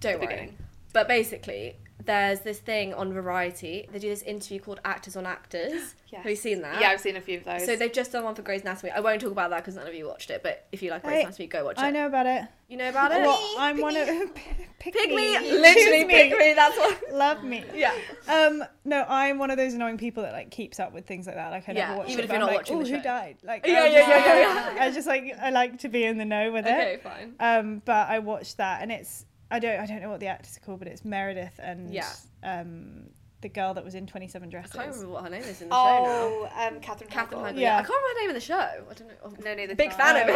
Speaker 1: the
Speaker 2: Don't worry.
Speaker 1: beginning.
Speaker 2: But basically, there's this thing on Variety. They do this interview called Actors on Actors.
Speaker 1: Yes.
Speaker 2: Have you seen that?
Speaker 1: Yeah, I've seen a few of those.
Speaker 2: So they've just done one for Grey's Anatomy. I won't talk about that because none of you watched it. But if you like Grey's
Speaker 3: Hey,
Speaker 2: Anatomy, go watch it.
Speaker 3: I know about it.
Speaker 2: You know about it?
Speaker 3: Well, I'm one
Speaker 2: <laughs>
Speaker 3: of pick,
Speaker 2: Pick me,
Speaker 3: Choose
Speaker 2: literally
Speaker 3: me.
Speaker 2: pick me. That's what.
Speaker 3: <laughs> Love me.
Speaker 2: Yeah.
Speaker 3: Um, no, I'm one of those annoying people that like keeps up with things like that. Like I
Speaker 2: Yeah,
Speaker 3: never watch
Speaker 2: even
Speaker 3: it,
Speaker 2: if
Speaker 3: but
Speaker 2: you're
Speaker 3: I'm
Speaker 2: not
Speaker 3: like,
Speaker 2: watching
Speaker 3: "Ooh,
Speaker 2: the
Speaker 3: who
Speaker 2: show."
Speaker 3: died? Like
Speaker 2: Yeah,
Speaker 3: I'm
Speaker 2: yeah,
Speaker 3: just-
Speaker 2: yeah, yeah,
Speaker 3: I just like I like to be in the know with it.
Speaker 2: Okay, fine.
Speaker 3: Um, but I watched that, and it's I don't I don't know what the actors are called, but it's Meredith and
Speaker 2: Yeah.
Speaker 3: um the girl that was in Twenty Seven
Speaker 2: I can't
Speaker 3: Dresses.
Speaker 2: remember what her name is in the show now.
Speaker 1: oh, um, Catherine.
Speaker 2: Catherine Heigl.
Speaker 1: Heigl.
Speaker 2: Yeah.
Speaker 3: Yeah.
Speaker 2: I can't remember her name in the show. I don't know. Oh,
Speaker 1: No, neither.
Speaker 2: Big
Speaker 1: can
Speaker 2: fan
Speaker 1: I.
Speaker 2: of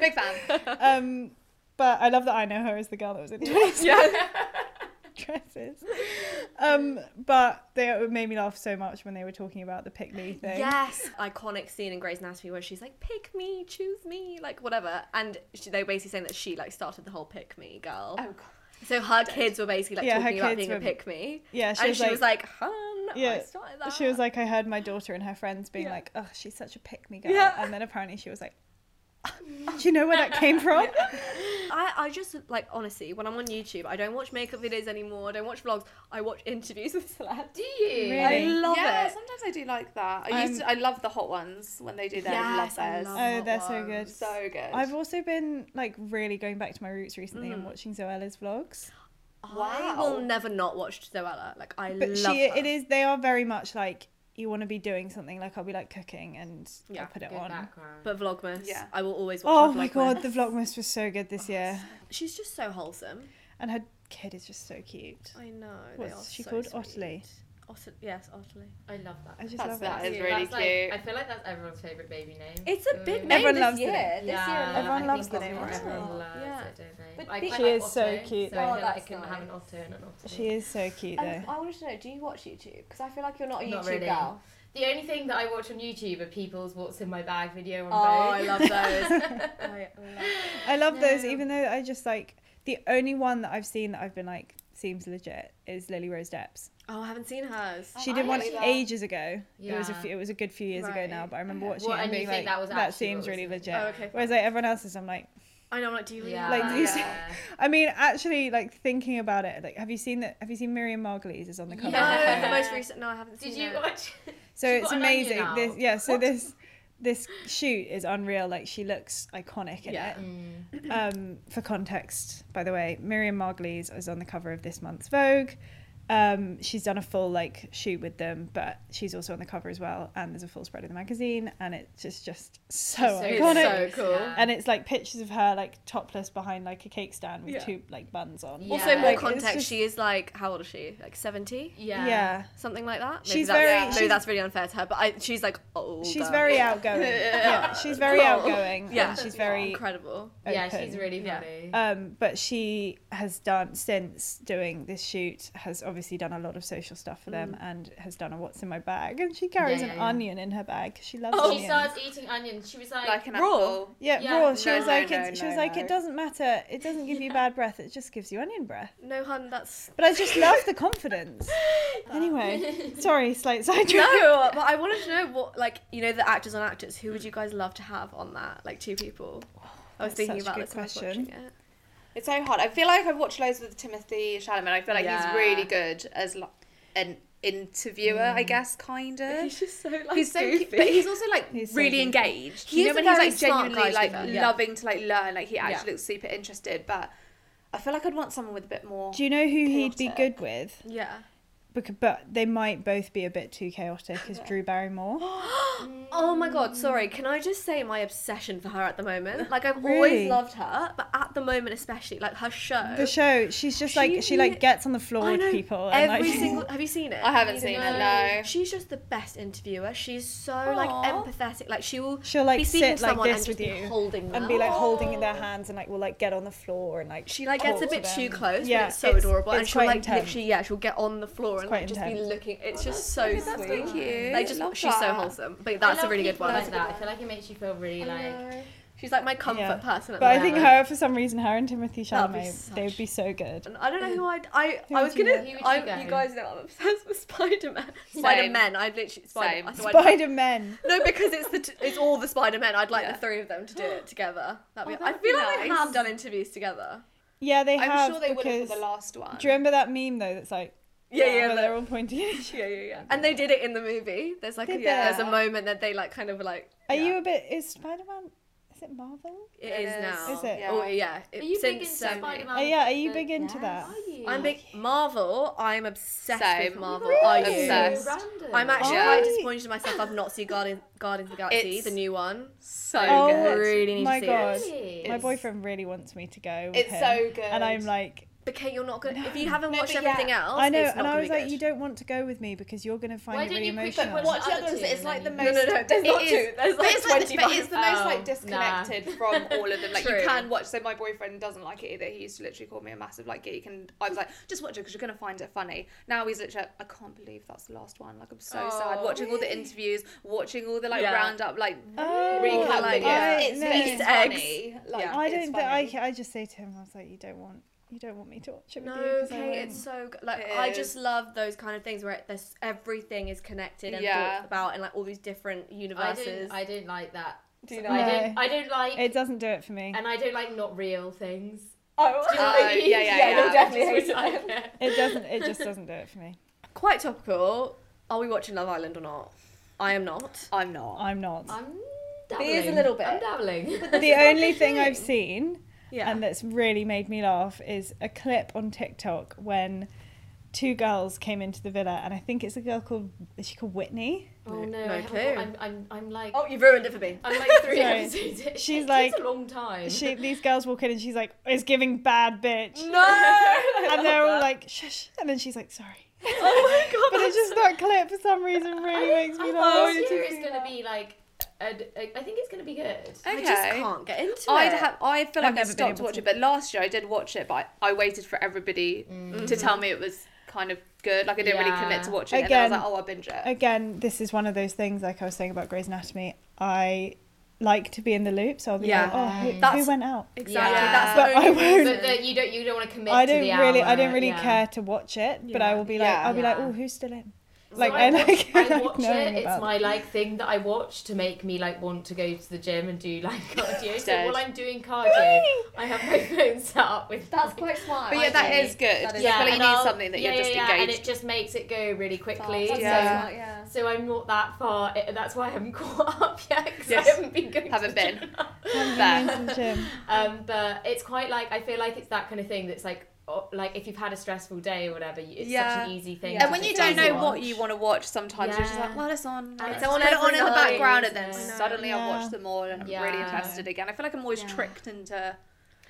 Speaker 1: <laughs>
Speaker 2: <laughs>
Speaker 1: Big fan.
Speaker 3: Um, but I love that I know her as the girl
Speaker 2: <laughs>
Speaker 3: that was in Twenty Seven
Speaker 2: yeah.
Speaker 3: <laughs> Dresses. Um, but they it made me laugh so much when they were talking about the pick me thing.
Speaker 2: Yes. Iconic scene in Grey's Anatomy where she's like, pick me, choose me, like whatever. And she, they were basically saying that she like started the whole pick me girl.
Speaker 1: Oh, God.
Speaker 2: So her kids were basically like
Speaker 3: Yeah, her
Speaker 2: talking about
Speaker 3: kids
Speaker 2: being a
Speaker 3: were-
Speaker 2: pick me.
Speaker 3: Yeah, she
Speaker 2: and
Speaker 3: was
Speaker 2: she
Speaker 3: like-
Speaker 2: was like, hun, I
Speaker 3: Yeah,
Speaker 2: started that.
Speaker 3: She was like, I heard my daughter and her friends being
Speaker 2: Yeah.
Speaker 3: like, "Oh, she's such a pick me girl,"
Speaker 2: Yeah.
Speaker 3: and then apparently she was like, <laughs> "Do you know where that
Speaker 2: <laughs>
Speaker 3: came from?"
Speaker 2: I, I just like honestly, when I'm on YouTube, I don't watch makeup videos anymore, I don't watch vlogs, I watch interviews <laughs> with celebs.
Speaker 4: Do you?
Speaker 3: Really?
Speaker 2: I love
Speaker 1: yeah,
Speaker 2: it.
Speaker 1: sometimes I do like that. I used to, I love the hot ones when they do their
Speaker 2: Yes, I
Speaker 1: love
Speaker 2: love
Speaker 3: Oh,
Speaker 2: hot
Speaker 3: they're so good.
Speaker 2: ones.
Speaker 1: So good.
Speaker 3: I've also been like really going back to my roots recently
Speaker 2: Mm.
Speaker 3: and watching Zoella's vlogs.
Speaker 2: I
Speaker 1: Wow.
Speaker 2: will never not watch Zoella. Like I
Speaker 3: But
Speaker 2: love
Speaker 3: she,
Speaker 2: her.
Speaker 3: it is. They are very much like you want to be doing something. Like I'll be like cooking and
Speaker 2: Yeah,
Speaker 3: I'll put it
Speaker 4: Good
Speaker 3: on.
Speaker 4: background.
Speaker 2: But Vlogmas,
Speaker 1: Yeah.
Speaker 2: I will always watch.
Speaker 3: Oh
Speaker 2: her
Speaker 3: my
Speaker 2: Vlogmas.
Speaker 3: god, the Vlogmas was so good
Speaker 4: Oh,
Speaker 3: this year,
Speaker 2: she's just so wholesome.
Speaker 3: and her kid is just so cute.
Speaker 2: I know.
Speaker 3: What's she called? Ottilie?
Speaker 2: Otter- yes, Otterly.
Speaker 4: I love that.
Speaker 3: I just
Speaker 1: That's
Speaker 3: love
Speaker 1: that
Speaker 3: it.
Speaker 1: is
Speaker 4: Yeah,
Speaker 1: really
Speaker 4: that's, like-
Speaker 1: cute.
Speaker 4: I feel like that's everyone's favorite baby name.
Speaker 2: It's a big
Speaker 4: Mm.
Speaker 2: name
Speaker 3: Everyone
Speaker 2: this
Speaker 3: loves the
Speaker 2: year.
Speaker 3: name.
Speaker 2: This year,
Speaker 4: Yeah,
Speaker 3: Everyone
Speaker 4: I
Speaker 3: loves
Speaker 4: think
Speaker 3: the
Speaker 4: it's
Speaker 3: name,
Speaker 4: what
Speaker 3: right?
Speaker 4: Everyone
Speaker 2: Yeah.
Speaker 4: loves
Speaker 2: Yeah.
Speaker 4: it, don't they?
Speaker 2: But
Speaker 4: I
Speaker 2: she
Speaker 4: quite like
Speaker 3: is so
Speaker 4: Otto,
Speaker 3: cute,
Speaker 4: So
Speaker 2: though.
Speaker 4: I
Speaker 2: Oh,
Speaker 4: feel like I
Speaker 2: that's
Speaker 4: couldn't have an Otto and an Otto.
Speaker 3: She is so
Speaker 4: Oh,
Speaker 3: cute though.
Speaker 2: Um, I wanted to know, do you watch YouTube? Because I feel like you're not a
Speaker 4: Not
Speaker 2: YouTube
Speaker 4: really.
Speaker 2: girl.
Speaker 4: The only thing that I watch on YouTube are people's "What's in my bag" video on
Speaker 2: Oh, I <laughs>
Speaker 4: Vogue.
Speaker 2: love
Speaker 3: <laughs>
Speaker 2: those. I love
Speaker 3: I love those,
Speaker 4: No.
Speaker 3: even though I just like the only one that I've seen that I've been like seems legit is Lily Rose Depp's.
Speaker 2: oh, I haven't seen hers.
Speaker 1: Oh,
Speaker 3: She
Speaker 1: I
Speaker 3: did one
Speaker 1: like that.
Speaker 3: ages ago. It was a
Speaker 4: Yeah.
Speaker 3: few, it was a good few years ago
Speaker 2: Right.
Speaker 3: now, but I remember
Speaker 2: Okay.
Speaker 3: watching
Speaker 4: Well,
Speaker 3: it and
Speaker 4: and you
Speaker 3: being like,
Speaker 4: think that
Speaker 3: that,
Speaker 4: was actually
Speaker 3: seems
Speaker 4: what was
Speaker 3: really
Speaker 4: in it.
Speaker 3: legit.
Speaker 2: Oh, okay.
Speaker 3: Whereas like everyone else's, I'm like,
Speaker 2: I know, I'm like, do you really?
Speaker 4: Yeah.
Speaker 3: Like, these-
Speaker 4: yeah.
Speaker 3: I mean, actually, like thinking about it, like, have you seen that? Have you seen Miriam Margolyes is on the cover?
Speaker 2: No,
Speaker 3: <laughs>
Speaker 4: Yeah.
Speaker 2: the most recent. No, I haven't
Speaker 4: Did
Speaker 2: seen
Speaker 4: you
Speaker 2: it.
Speaker 4: watch?
Speaker 3: So
Speaker 4: She
Speaker 3: it's
Speaker 4: got an onion
Speaker 3: amazing.
Speaker 4: out.
Speaker 3: This yeah. So this this shoot is unreal. Like she looks iconic in
Speaker 2: Yeah.
Speaker 3: it.
Speaker 4: Mm.
Speaker 3: Um, for context, by the way, Miriam Margolyes is on the cover of this month's Vogue. Um, she's done a full like shoot with them, but she's also on the cover as well, and there's a full spread in the magazine, and it's just just so
Speaker 4: it's
Speaker 3: iconic.
Speaker 4: so cool.
Speaker 3: Yeah. and it's like pictures of her like topless behind like a cake stand with
Speaker 5: Yeah.
Speaker 3: two like buns on.
Speaker 4: Yeah.
Speaker 2: Also, more
Speaker 3: Like, it's
Speaker 2: context.
Speaker 3: just-
Speaker 2: She is like, how old is she? Like seventy,
Speaker 4: Yeah.
Speaker 3: Yeah.
Speaker 2: something like that. Maybe
Speaker 3: She's
Speaker 2: that's,
Speaker 3: very-
Speaker 2: Maybe
Speaker 3: she's-
Speaker 2: that's really unfair to her, but I, she's like old.
Speaker 3: She's very
Speaker 4: <laughs>
Speaker 3: outgoing. yeah, she's very
Speaker 2: Cool.
Speaker 3: outgoing.
Speaker 2: Yeah.
Speaker 3: Yeah, she's very
Speaker 2: incredible.
Speaker 4: Yeah,
Speaker 3: open.
Speaker 4: she's really
Speaker 2: Yeah.
Speaker 4: funny.
Speaker 3: Um, but she has done since doing this shoot has obviously done a lot of social stuff for them and has done a what's in my bag and she carries
Speaker 4: Yeah,
Speaker 3: an
Speaker 4: yeah, yeah.
Speaker 3: onion in her bag. 'cause She loves
Speaker 4: she
Speaker 3: onions.
Speaker 4: starts eating onions. She was like,
Speaker 1: Like an
Speaker 2: Raw.
Speaker 1: apple.
Speaker 3: yeah,
Speaker 4: Yeah.
Speaker 3: raw. She
Speaker 1: No,
Speaker 3: was
Speaker 1: no,
Speaker 3: like,
Speaker 1: no,
Speaker 3: it, she
Speaker 1: no,
Speaker 3: was like,
Speaker 1: no.
Speaker 3: it doesn't matter. It doesn't give you bad breath. It just gives you onion breath.
Speaker 2: No, hun,
Speaker 3: <laughs>
Speaker 2: that's
Speaker 3: But I just love the confidence. Anyway, sorry, slight sidetrack.
Speaker 2: no. But I wanted to know what, like, you know, the actors on actors. Who would you guys love to have on that? Like two people. I was
Speaker 3: That's
Speaker 2: thinking
Speaker 3: such a
Speaker 2: about
Speaker 3: good
Speaker 2: this question.
Speaker 3: question.
Speaker 2: watching it.
Speaker 1: It's so hard. I feel like I've watched loads with Timothy Chalamet. I feel like
Speaker 4: Yeah.
Speaker 1: he's really good as like, an interviewer,
Speaker 2: Mm.
Speaker 1: I guess, kind of.
Speaker 2: He's just so like
Speaker 1: he's so
Speaker 2: goofy.
Speaker 1: cute, but he's also like
Speaker 3: He's so
Speaker 1: really
Speaker 3: goofy.
Speaker 1: engaged.
Speaker 2: He
Speaker 1: you know
Speaker 2: is a
Speaker 1: when he's like
Speaker 2: very smart guy,
Speaker 1: genuinely
Speaker 2: to
Speaker 1: like
Speaker 2: be fair. Yeah.
Speaker 1: loving to like learn, like he actually
Speaker 4: Yeah.
Speaker 1: looks super interested. But I feel like I'd want someone with a bit more.
Speaker 3: Do you know who he'd be
Speaker 1: Chaotic.
Speaker 3: good with?
Speaker 2: <laughs> yeah.
Speaker 3: Bec- But they might both be a bit too chaotic. Is Drew Barrymore?
Speaker 2: Oh my god, sorry. Can I just say my obsession for her at the moment? Like I've
Speaker 3: Really?
Speaker 2: always loved her, but at the moment especially, like her show.
Speaker 3: The show, she's just like she
Speaker 2: She-
Speaker 3: like gets on the floor
Speaker 2: I know
Speaker 3: with people and
Speaker 2: every
Speaker 3: <laughs> like
Speaker 2: single. Have you seen it?
Speaker 1: I haven't seen
Speaker 4: know.
Speaker 1: it. No.
Speaker 2: She's just the best interviewer. She's so like
Speaker 1: Aw.
Speaker 2: empathetic. Like she will
Speaker 3: she'll like
Speaker 2: be speaking
Speaker 3: sit
Speaker 2: to
Speaker 3: like
Speaker 2: someone
Speaker 3: this
Speaker 2: and just
Speaker 3: with
Speaker 2: be
Speaker 3: you
Speaker 2: holding them.
Speaker 3: and be like holding in their hands and like will like get on the floor and like
Speaker 2: She like gets a
Speaker 3: talk to
Speaker 2: bit too
Speaker 3: them.
Speaker 2: close,
Speaker 3: Yeah,
Speaker 2: but it's so
Speaker 3: it's-
Speaker 2: adorable. and
Speaker 3: it's
Speaker 2: she'll
Speaker 3: quite
Speaker 2: like
Speaker 3: intense.
Speaker 2: literally, yeah, she'll get on the floor and
Speaker 3: quite
Speaker 2: like, just be
Speaker 3: intense.
Speaker 2: looking. It's just so sweet.
Speaker 1: That's so cute.
Speaker 2: Like just,
Speaker 1: Love
Speaker 2: she's so
Speaker 1: that.
Speaker 2: wholesome. But
Speaker 4: I
Speaker 2: that's a
Speaker 4: love
Speaker 2: really good
Speaker 4: people
Speaker 2: one.
Speaker 4: Like that. I feel like it makes you feel really like.
Speaker 2: She's like my comfort
Speaker 3: Yeah.
Speaker 2: person. At
Speaker 3: But I
Speaker 2: the
Speaker 3: think
Speaker 2: moment.
Speaker 3: her for some reason her and Timothy
Speaker 2: That'd be
Speaker 3: Chalamet they would be so good.
Speaker 2: And I don't know who I'd, I
Speaker 3: Who
Speaker 2: I
Speaker 3: would
Speaker 2: was
Speaker 3: you
Speaker 2: gonna.
Speaker 4: go? Who would you
Speaker 2: I,
Speaker 4: go?
Speaker 2: you guys know I'm obsessed with <laughs> Spider Man. Spider Man. I'd literally Spider.
Speaker 1: Same.
Speaker 2: I thought I'd-
Speaker 3: Spider Men.
Speaker 2: <laughs> No, because it's the t- it's all the Spider Men. I'd like
Speaker 1: Yeah.
Speaker 2: the three of them to do it together. That'd be,
Speaker 1: Oh,
Speaker 2: I
Speaker 1: that'd
Speaker 2: feel
Speaker 1: be
Speaker 2: like they
Speaker 1: nice.
Speaker 2: have done interviews together.
Speaker 3: Yeah, they have.
Speaker 1: I'm sure they would have
Speaker 3: because
Speaker 1: for the last one.
Speaker 3: do you remember that meme though? That's like
Speaker 2: Yeah,
Speaker 3: where
Speaker 2: yeah,
Speaker 3: they're
Speaker 2: they're-
Speaker 3: all pointing. at
Speaker 2: <laughs>
Speaker 3: each-
Speaker 2: yeah, yeah, yeah. And they did it in the movie. There's like a,
Speaker 3: Did
Speaker 2: yeah,
Speaker 3: they?
Speaker 2: there's a moment that they like kind of like.
Speaker 3: Are
Speaker 2: yeah.
Speaker 3: you a bit? Is Spider Man? Is it Marvel?
Speaker 2: It is
Speaker 1: It is.
Speaker 2: now.
Speaker 3: Is it?
Speaker 1: Yeah.
Speaker 2: Oh yeah. It,
Speaker 4: Are you big
Speaker 2: since
Speaker 4: into
Speaker 2: so many-
Speaker 4: Spider-Man?
Speaker 3: Oh, yeah, are you
Speaker 4: the-
Speaker 3: big into
Speaker 4: Yes.
Speaker 3: that?
Speaker 4: Are you?
Speaker 2: I'm big Marvel. I'm obsessed
Speaker 1: Same.
Speaker 2: with Marvel.
Speaker 3: Really?
Speaker 2: Are you?
Speaker 1: Obsessed.
Speaker 4: Random.
Speaker 2: I'm actually
Speaker 1: Yeah.
Speaker 2: quite disappointed in myself. I've not seen Guardian, Guardians of the Galaxy,
Speaker 1: It's-
Speaker 2: the new one.
Speaker 1: So
Speaker 3: Oh,
Speaker 2: I
Speaker 1: good.
Speaker 2: really need
Speaker 3: my
Speaker 2: to see
Speaker 3: God.
Speaker 2: it.
Speaker 4: Really?
Speaker 3: My
Speaker 2: It's-
Speaker 3: boyfriend really wants me to go. With
Speaker 1: It's
Speaker 3: him,
Speaker 1: so good.
Speaker 3: And I'm like,
Speaker 2: But Kate, you're not gonna. If you haven't
Speaker 1: No,
Speaker 2: watched
Speaker 1: but
Speaker 2: everything else,
Speaker 3: I know.
Speaker 2: it's not
Speaker 3: And I
Speaker 2: gonna
Speaker 3: was
Speaker 2: be
Speaker 3: like,
Speaker 2: good.
Speaker 3: you don't want to go with me because you're going to find
Speaker 4: Why
Speaker 3: it
Speaker 4: don't
Speaker 3: really
Speaker 4: you quick-
Speaker 3: emotional.
Speaker 4: but
Speaker 1: Watch
Speaker 4: Other
Speaker 1: the others.
Speaker 4: two,
Speaker 1: It's
Speaker 4: and
Speaker 1: like the
Speaker 4: then
Speaker 1: most.
Speaker 2: No, no, no. There's
Speaker 1: it
Speaker 2: not
Speaker 1: is-
Speaker 2: two. There's
Speaker 1: but
Speaker 2: like
Speaker 1: it's like the, but
Speaker 2: 25.
Speaker 1: it's the most
Speaker 4: Oh,
Speaker 1: like disconnected from all of them. Like
Speaker 2: True.
Speaker 1: you can watch. So my boyfriend doesn't like it either. He used to literally call me a massive like geek, and I was like, just watch it because you're gonna find it funny. Now he's literally, like, I can't believe that's the last one. Like I'm so sad.
Speaker 2: Oh.
Speaker 1: Watching all the interviews, watching all the like
Speaker 2: Yeah.
Speaker 1: roundup, like
Speaker 3: Oh,
Speaker 1: recap
Speaker 2: like,
Speaker 1: videos.
Speaker 2: yeah.
Speaker 1: It's,
Speaker 3: no.
Speaker 1: but it's
Speaker 2: Easter eggs.
Speaker 1: funny. Like,
Speaker 2: Yeah.
Speaker 3: I
Speaker 1: it's
Speaker 3: don't.
Speaker 1: funny.
Speaker 3: think I, I just say to him, I was like, you don't want, you don't want me to watch it. with you
Speaker 2: No,
Speaker 3: 'cause I
Speaker 2: Kate,
Speaker 3: won't."
Speaker 2: it's so good. Like
Speaker 1: It
Speaker 2: I just
Speaker 1: is.
Speaker 2: love those kind of things where it, there's everything is connected and
Speaker 1: Yeah.
Speaker 2: thought about, and like all these different
Speaker 4: I
Speaker 2: universes.
Speaker 4: didn't. I didn't like that.
Speaker 2: Do you
Speaker 4: I
Speaker 3: No.
Speaker 4: don't. I don't like.
Speaker 3: It doesn't do it for me.
Speaker 4: and I don't like not real things.
Speaker 2: oh,
Speaker 4: Do you know
Speaker 1: Oh,
Speaker 4: what I mean?
Speaker 1: yeah, yeah, yeah.
Speaker 4: I
Speaker 2: Definitely
Speaker 4: just
Speaker 2: hated
Speaker 4: really like it.
Speaker 3: It doesn't. It
Speaker 2: <laughs>
Speaker 3: just doesn't do it for me.
Speaker 2: Quite topical. Are we watching Love Island or not? I am not.
Speaker 1: I'm not.
Speaker 3: I'm not.
Speaker 4: I'm
Speaker 2: There is a
Speaker 4: dabbling.
Speaker 2: little bit.
Speaker 4: I'm <laughs> dabbling.
Speaker 3: the only thing I've seen
Speaker 2: Yeah.
Speaker 3: and that's really made me laugh is a clip on TikTok when two girls came into the villa, and I think it's a girl called is she called Whitney?
Speaker 4: Oh no!
Speaker 2: no
Speaker 4: I haven't
Speaker 2: clue.
Speaker 4: thought- I'm, I'm, I'm like.
Speaker 2: oh, you ruined it for me.
Speaker 3: <laughs>
Speaker 4: I'm like three
Speaker 3: Sorry.
Speaker 4: episodes. in.
Speaker 3: She's
Speaker 4: it
Speaker 3: like-
Speaker 4: Takes a long time.
Speaker 3: She these girls walk in and she's like, "It's giving bad <laughs> bitch,"
Speaker 2: No.
Speaker 3: and
Speaker 2: <laughs>
Speaker 3: they're all like, "Shush," and then she's like, "Sorry."
Speaker 2: oh my god.
Speaker 3: <laughs> But it's just that clip for some reason really
Speaker 2: <laughs>
Speaker 3: makes me
Speaker 4: I
Speaker 3: laugh.
Speaker 4: thought this year is gonna be like. a- a- I think it's gonna be good.
Speaker 2: I just can't get into it.
Speaker 1: I'd have, I feel like
Speaker 3: I've
Speaker 1: I
Speaker 3: never been
Speaker 1: stopped
Speaker 3: able
Speaker 1: watching,
Speaker 3: to.
Speaker 1: it, but last year I did watch it, but I, I waited for everybody to tell me it was kind of good. Like I didn't really
Speaker 4: Yeah.
Speaker 1: commit to watching it, and then I
Speaker 3: Again-
Speaker 1: was like, oh, I'll binge it.
Speaker 3: Again, this is one of those things like I was saying about Grey's Anatomy. I like to be in the loop, so I'll be like,
Speaker 2: Yeah.
Speaker 3: "Oh, who,
Speaker 2: That's-
Speaker 3: who went out?"
Speaker 2: exactly.
Speaker 4: Yeah.
Speaker 2: That's
Speaker 3: But
Speaker 2: the
Speaker 3: I
Speaker 2: only reason.
Speaker 3: won't
Speaker 4: But that you don't you don't want to commit
Speaker 3: I
Speaker 4: to
Speaker 3: don't
Speaker 4: the
Speaker 3: really,
Speaker 4: hour,
Speaker 3: I don't really
Speaker 4: yeah.
Speaker 3: care to watch it, but I will be like,
Speaker 1: Yeah.
Speaker 3: I'll be like,
Speaker 4: Yeah.
Speaker 3: oh, who's still in?
Speaker 4: So
Speaker 3: Like,
Speaker 4: I,
Speaker 3: I,
Speaker 4: watch,
Speaker 3: like, <laughs>
Speaker 4: I
Speaker 3: like
Speaker 4: watch
Speaker 3: knowing
Speaker 4: it. It's
Speaker 3: about.
Speaker 4: my like thing that I watch to make me like want to go to the gym and
Speaker 1: <laughs>
Speaker 4: do like cardio. so
Speaker 1: Dead.
Speaker 4: while I'm doing cardio, I have my phone set up with.
Speaker 2: That's quite smart.
Speaker 1: but yeah, that is good.
Speaker 2: That is-
Speaker 1: yeah, I feel like
Speaker 4: and
Speaker 1: you need
Speaker 4: I'll-
Speaker 1: something that
Speaker 4: yeah,
Speaker 1: you're just
Speaker 4: yeah, yeah, and
Speaker 1: engaged.
Speaker 4: it just makes it go really quickly.
Speaker 1: That's
Speaker 4: So,
Speaker 1: Yeah.
Speaker 2: Yeah. yeah.
Speaker 4: so I'm not that far. It, that's why I haven't <laughs> caught up yet because
Speaker 1: Yes.
Speaker 4: I haven't been going. <laughs>
Speaker 1: Haven't
Speaker 4: to the
Speaker 1: <laughs> been.
Speaker 4: gym.
Speaker 1: There.
Speaker 3: Gym.
Speaker 4: <laughs> Um, but it's quite like I feel like it's that kind of thing that's like or, like if you've had a stressful day or whatever, you- it's
Speaker 1: Yeah.
Speaker 4: such an easy thing.
Speaker 5: Yeah.
Speaker 4: to
Speaker 1: and when
Speaker 4: just
Speaker 1: you don't
Speaker 4: easy
Speaker 1: know what
Speaker 4: watch.
Speaker 1: you want to watch, sometimes you're just
Speaker 4: Yeah.
Speaker 1: like, well, it's on.
Speaker 4: And
Speaker 1: Let's
Speaker 4: it's on
Speaker 1: put it on in the
Speaker 4: every night,
Speaker 1: background, and then
Speaker 4: isn't it?
Speaker 1: suddenly
Speaker 3: Yeah.
Speaker 1: I watch them all, and I'm really
Speaker 4: Yeah.
Speaker 1: interested again. I feel like I'm always
Speaker 4: Yeah.
Speaker 1: tricked into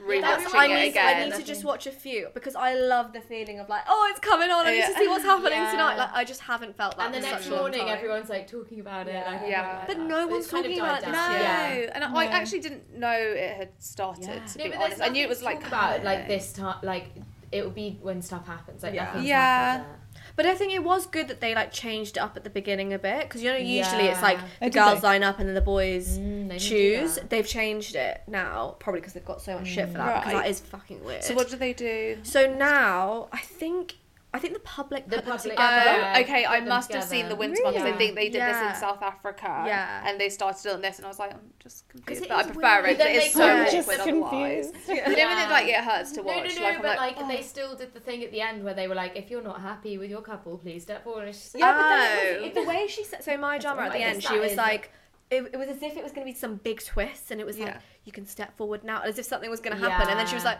Speaker 4: Yeah, that's
Speaker 1: rewatching
Speaker 4: what I
Speaker 1: it
Speaker 4: need-
Speaker 1: again.
Speaker 2: I need to just watch a few because I love the feeling of like, oh, it's coming on. I need to
Speaker 1: Yeah.
Speaker 2: see what's happening
Speaker 4: <laughs> Yeah.
Speaker 2: tonight. Like, I just haven't felt that.
Speaker 4: And the
Speaker 2: for
Speaker 4: next
Speaker 2: such a long
Speaker 4: morning,
Speaker 2: time.
Speaker 4: everyone's like talking about it.
Speaker 2: Yeah.
Speaker 4: Like, I
Speaker 1: Yeah.
Speaker 4: don't like
Speaker 2: But
Speaker 4: that.
Speaker 2: no
Speaker 4: It's
Speaker 2: one's
Speaker 4: kind of
Speaker 2: talking
Speaker 4: died
Speaker 2: about it
Speaker 1: No,
Speaker 4: down.
Speaker 2: now.
Speaker 4: Yeah.
Speaker 1: and I
Speaker 3: No.
Speaker 1: actually didn't know it had started.
Speaker 4: Yeah.
Speaker 1: To
Speaker 4: No,
Speaker 1: be
Speaker 4: but there's
Speaker 1: honest, I knew it
Speaker 4: nothing
Speaker 1: was
Speaker 4: to
Speaker 1: like
Speaker 4: talk about like
Speaker 1: happening.
Speaker 4: this time. Like it will be when stuff happens. Like
Speaker 2: Yeah.
Speaker 4: nothing's
Speaker 1: Yeah.
Speaker 4: happened yet.
Speaker 2: But I think it was good that they like changed it up at the beginning a bit because you know usually it's like
Speaker 4: Yeah.
Speaker 2: the
Speaker 3: Oh, did
Speaker 2: girls
Speaker 3: they?
Speaker 2: line up and then the boys
Speaker 4: Mm, they didn't do
Speaker 2: choose.
Speaker 4: that.
Speaker 2: They've changed it now probably because they've got so much shit for that because
Speaker 1: Right.
Speaker 2: that is fucking weird.
Speaker 1: So what do they do?
Speaker 2: So now I think I think the public
Speaker 4: The
Speaker 2: put them
Speaker 4: public-
Speaker 2: together.
Speaker 4: Yeah.
Speaker 1: Oh, okay, I
Speaker 4: Put them
Speaker 1: must have seen
Speaker 4: together.
Speaker 1: the winter one 'cause
Speaker 4: Really?
Speaker 1: I think they did
Speaker 2: Yeah.
Speaker 1: this in South Africa.
Speaker 2: Yeah.
Speaker 1: And they started on this, and I was like, I'm just confused.
Speaker 2: 'Cause it
Speaker 1: But I
Speaker 2: is
Speaker 1: prefer
Speaker 2: weird.
Speaker 1: it.
Speaker 4: But
Speaker 1: It
Speaker 4: then
Speaker 1: is
Speaker 4: they
Speaker 1: so
Speaker 4: got-
Speaker 1: awkward otherwise.
Speaker 2: <laughs>
Speaker 4: <laughs>
Speaker 1: You know when it, like, it hurts to
Speaker 4: No, no,
Speaker 1: watch?
Speaker 4: no,
Speaker 1: like, I'm
Speaker 4: but like,
Speaker 1: like, oh.
Speaker 4: they still did the thing at the end where they were like, if you're not happy with your couple, please step forward. And it's just like,
Speaker 2: Yeah, but then
Speaker 1: Oh.
Speaker 2: it was, the way she said so my drama at
Speaker 4: alright,
Speaker 2: the
Speaker 4: yes,
Speaker 2: end,
Speaker 4: that
Speaker 2: she was
Speaker 4: is-
Speaker 2: like it, it was as if it was going to be some big twist, and it was like
Speaker 1: Yeah.
Speaker 2: you can step forward now, as if something was going to happen, and then she was
Speaker 4: Yeah.
Speaker 2: like,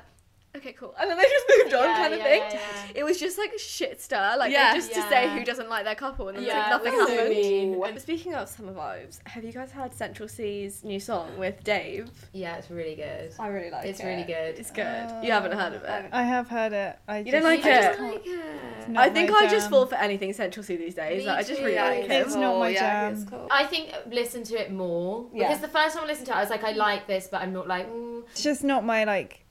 Speaker 2: okay, cool, and then they just moved on,
Speaker 4: Yeah,
Speaker 2: kind of
Speaker 4: yeah,
Speaker 2: thing.
Speaker 4: yeah,
Speaker 2: It was just like shit stir, like
Speaker 1: Yeah.
Speaker 2: just to say
Speaker 4: Yeah.
Speaker 2: who doesn't like their couple, and then
Speaker 4: Yeah,
Speaker 2: like,
Speaker 4: it
Speaker 2: nothing
Speaker 4: was so
Speaker 2: happened.
Speaker 4: mean.
Speaker 2: But Speaking of summer vibes, have you guys heard Central C's new song with Dave?
Speaker 4: Yeah, it's really good.
Speaker 2: I really like
Speaker 4: It's
Speaker 2: it.
Speaker 4: really good. Oh,
Speaker 2: It's good. you haven't heard of it.
Speaker 4: uh,
Speaker 3: I have heard it. I
Speaker 2: You don't
Speaker 3: just-
Speaker 2: like
Speaker 3: I
Speaker 2: it?
Speaker 3: just can't-
Speaker 4: it.
Speaker 3: not
Speaker 2: I think
Speaker 3: my
Speaker 2: I just
Speaker 3: jam.
Speaker 2: fall for anything Central C these days.
Speaker 4: Me
Speaker 2: Like, I just really
Speaker 4: too.
Speaker 2: like
Speaker 1: yeah,
Speaker 2: him.
Speaker 3: It's not my
Speaker 1: yeah,
Speaker 3: jam.
Speaker 1: it's cool.
Speaker 4: I think uh, listen to it more
Speaker 2: Yeah.
Speaker 4: because the first time I listened to it, I was like, I like this, but I'm not like, mm,
Speaker 3: It's just not my like,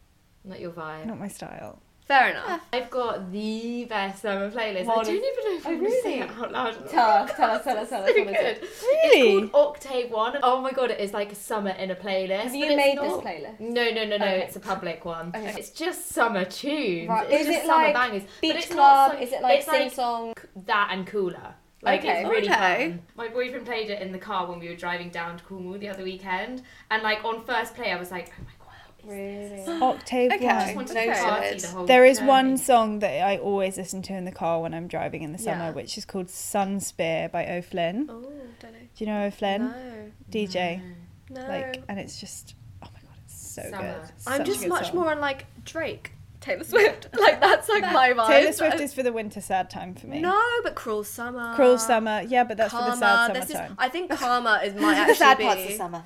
Speaker 4: not your vibe.
Speaker 3: not my style.
Speaker 2: Fair enough.
Speaker 4: I've got the best summer playlist. I
Speaker 2: What
Speaker 4: don't
Speaker 2: is-
Speaker 4: even know if
Speaker 2: Oh,
Speaker 4: I'm going to
Speaker 2: really?
Speaker 4: say it out loud.
Speaker 2: Tell us, tell us, tell us, tell us.
Speaker 4: So
Speaker 2: What is
Speaker 4: good.
Speaker 2: it?
Speaker 3: Really?
Speaker 4: It's called Octave One. Oh my god, it is like a summer in a playlist.
Speaker 2: Have
Speaker 4: but
Speaker 2: you
Speaker 4: it's
Speaker 2: made
Speaker 4: not-
Speaker 2: this playlist?
Speaker 4: No, no, no, no.
Speaker 2: Okay.
Speaker 4: It's a public one.
Speaker 2: Okay.
Speaker 4: It's just summer tunes.
Speaker 2: Right.
Speaker 4: It's
Speaker 2: Is
Speaker 4: just
Speaker 2: it
Speaker 4: summer
Speaker 2: like
Speaker 4: bangers. But
Speaker 2: Beach
Speaker 4: it's not
Speaker 2: club?
Speaker 4: some-
Speaker 2: is it like
Speaker 4: it's
Speaker 2: sing song?
Speaker 4: that and cooler? Like
Speaker 2: Okay.
Speaker 4: it's really
Speaker 1: Okay.
Speaker 4: fun. My boyfriend played it in the car when we were driving down to Cornwall the other weekend, and like on first play, I was like, oh my god. what is
Speaker 2: <laughs>
Speaker 4: this?
Speaker 2: Really?
Speaker 3: Octave
Speaker 1: Okay.
Speaker 4: I just
Speaker 3: one.
Speaker 4: wanted
Speaker 1: Okay.
Speaker 4: to party the whole
Speaker 3: There is
Speaker 4: journey.
Speaker 3: one song that I always listen to in the car when I'm driving in the summer,
Speaker 2: Yeah.
Speaker 3: which is called Sun Spear by O'Flynn.
Speaker 2: Oh, don't know.
Speaker 3: Do you know O'Flynn?
Speaker 2: No,
Speaker 3: DJ.
Speaker 2: no.
Speaker 3: Like, and it's just, oh my god, it's so
Speaker 4: Summer.
Speaker 3: good.
Speaker 2: I'm
Speaker 3: Such a
Speaker 2: just
Speaker 3: good
Speaker 2: much
Speaker 3: song.
Speaker 2: more on like Drake, Taylor Swift. <laughs> like that's like my vibe.
Speaker 3: Taylor Swift is for the winter sad time for me.
Speaker 2: oh. No, but Cruel Summer.
Speaker 3: Cruel summer, yeah, but that's for the sad
Speaker 2: Karma.
Speaker 3: summer
Speaker 2: This is,
Speaker 3: time.
Speaker 2: I <laughs> think Karma is my actually be.
Speaker 1: summer.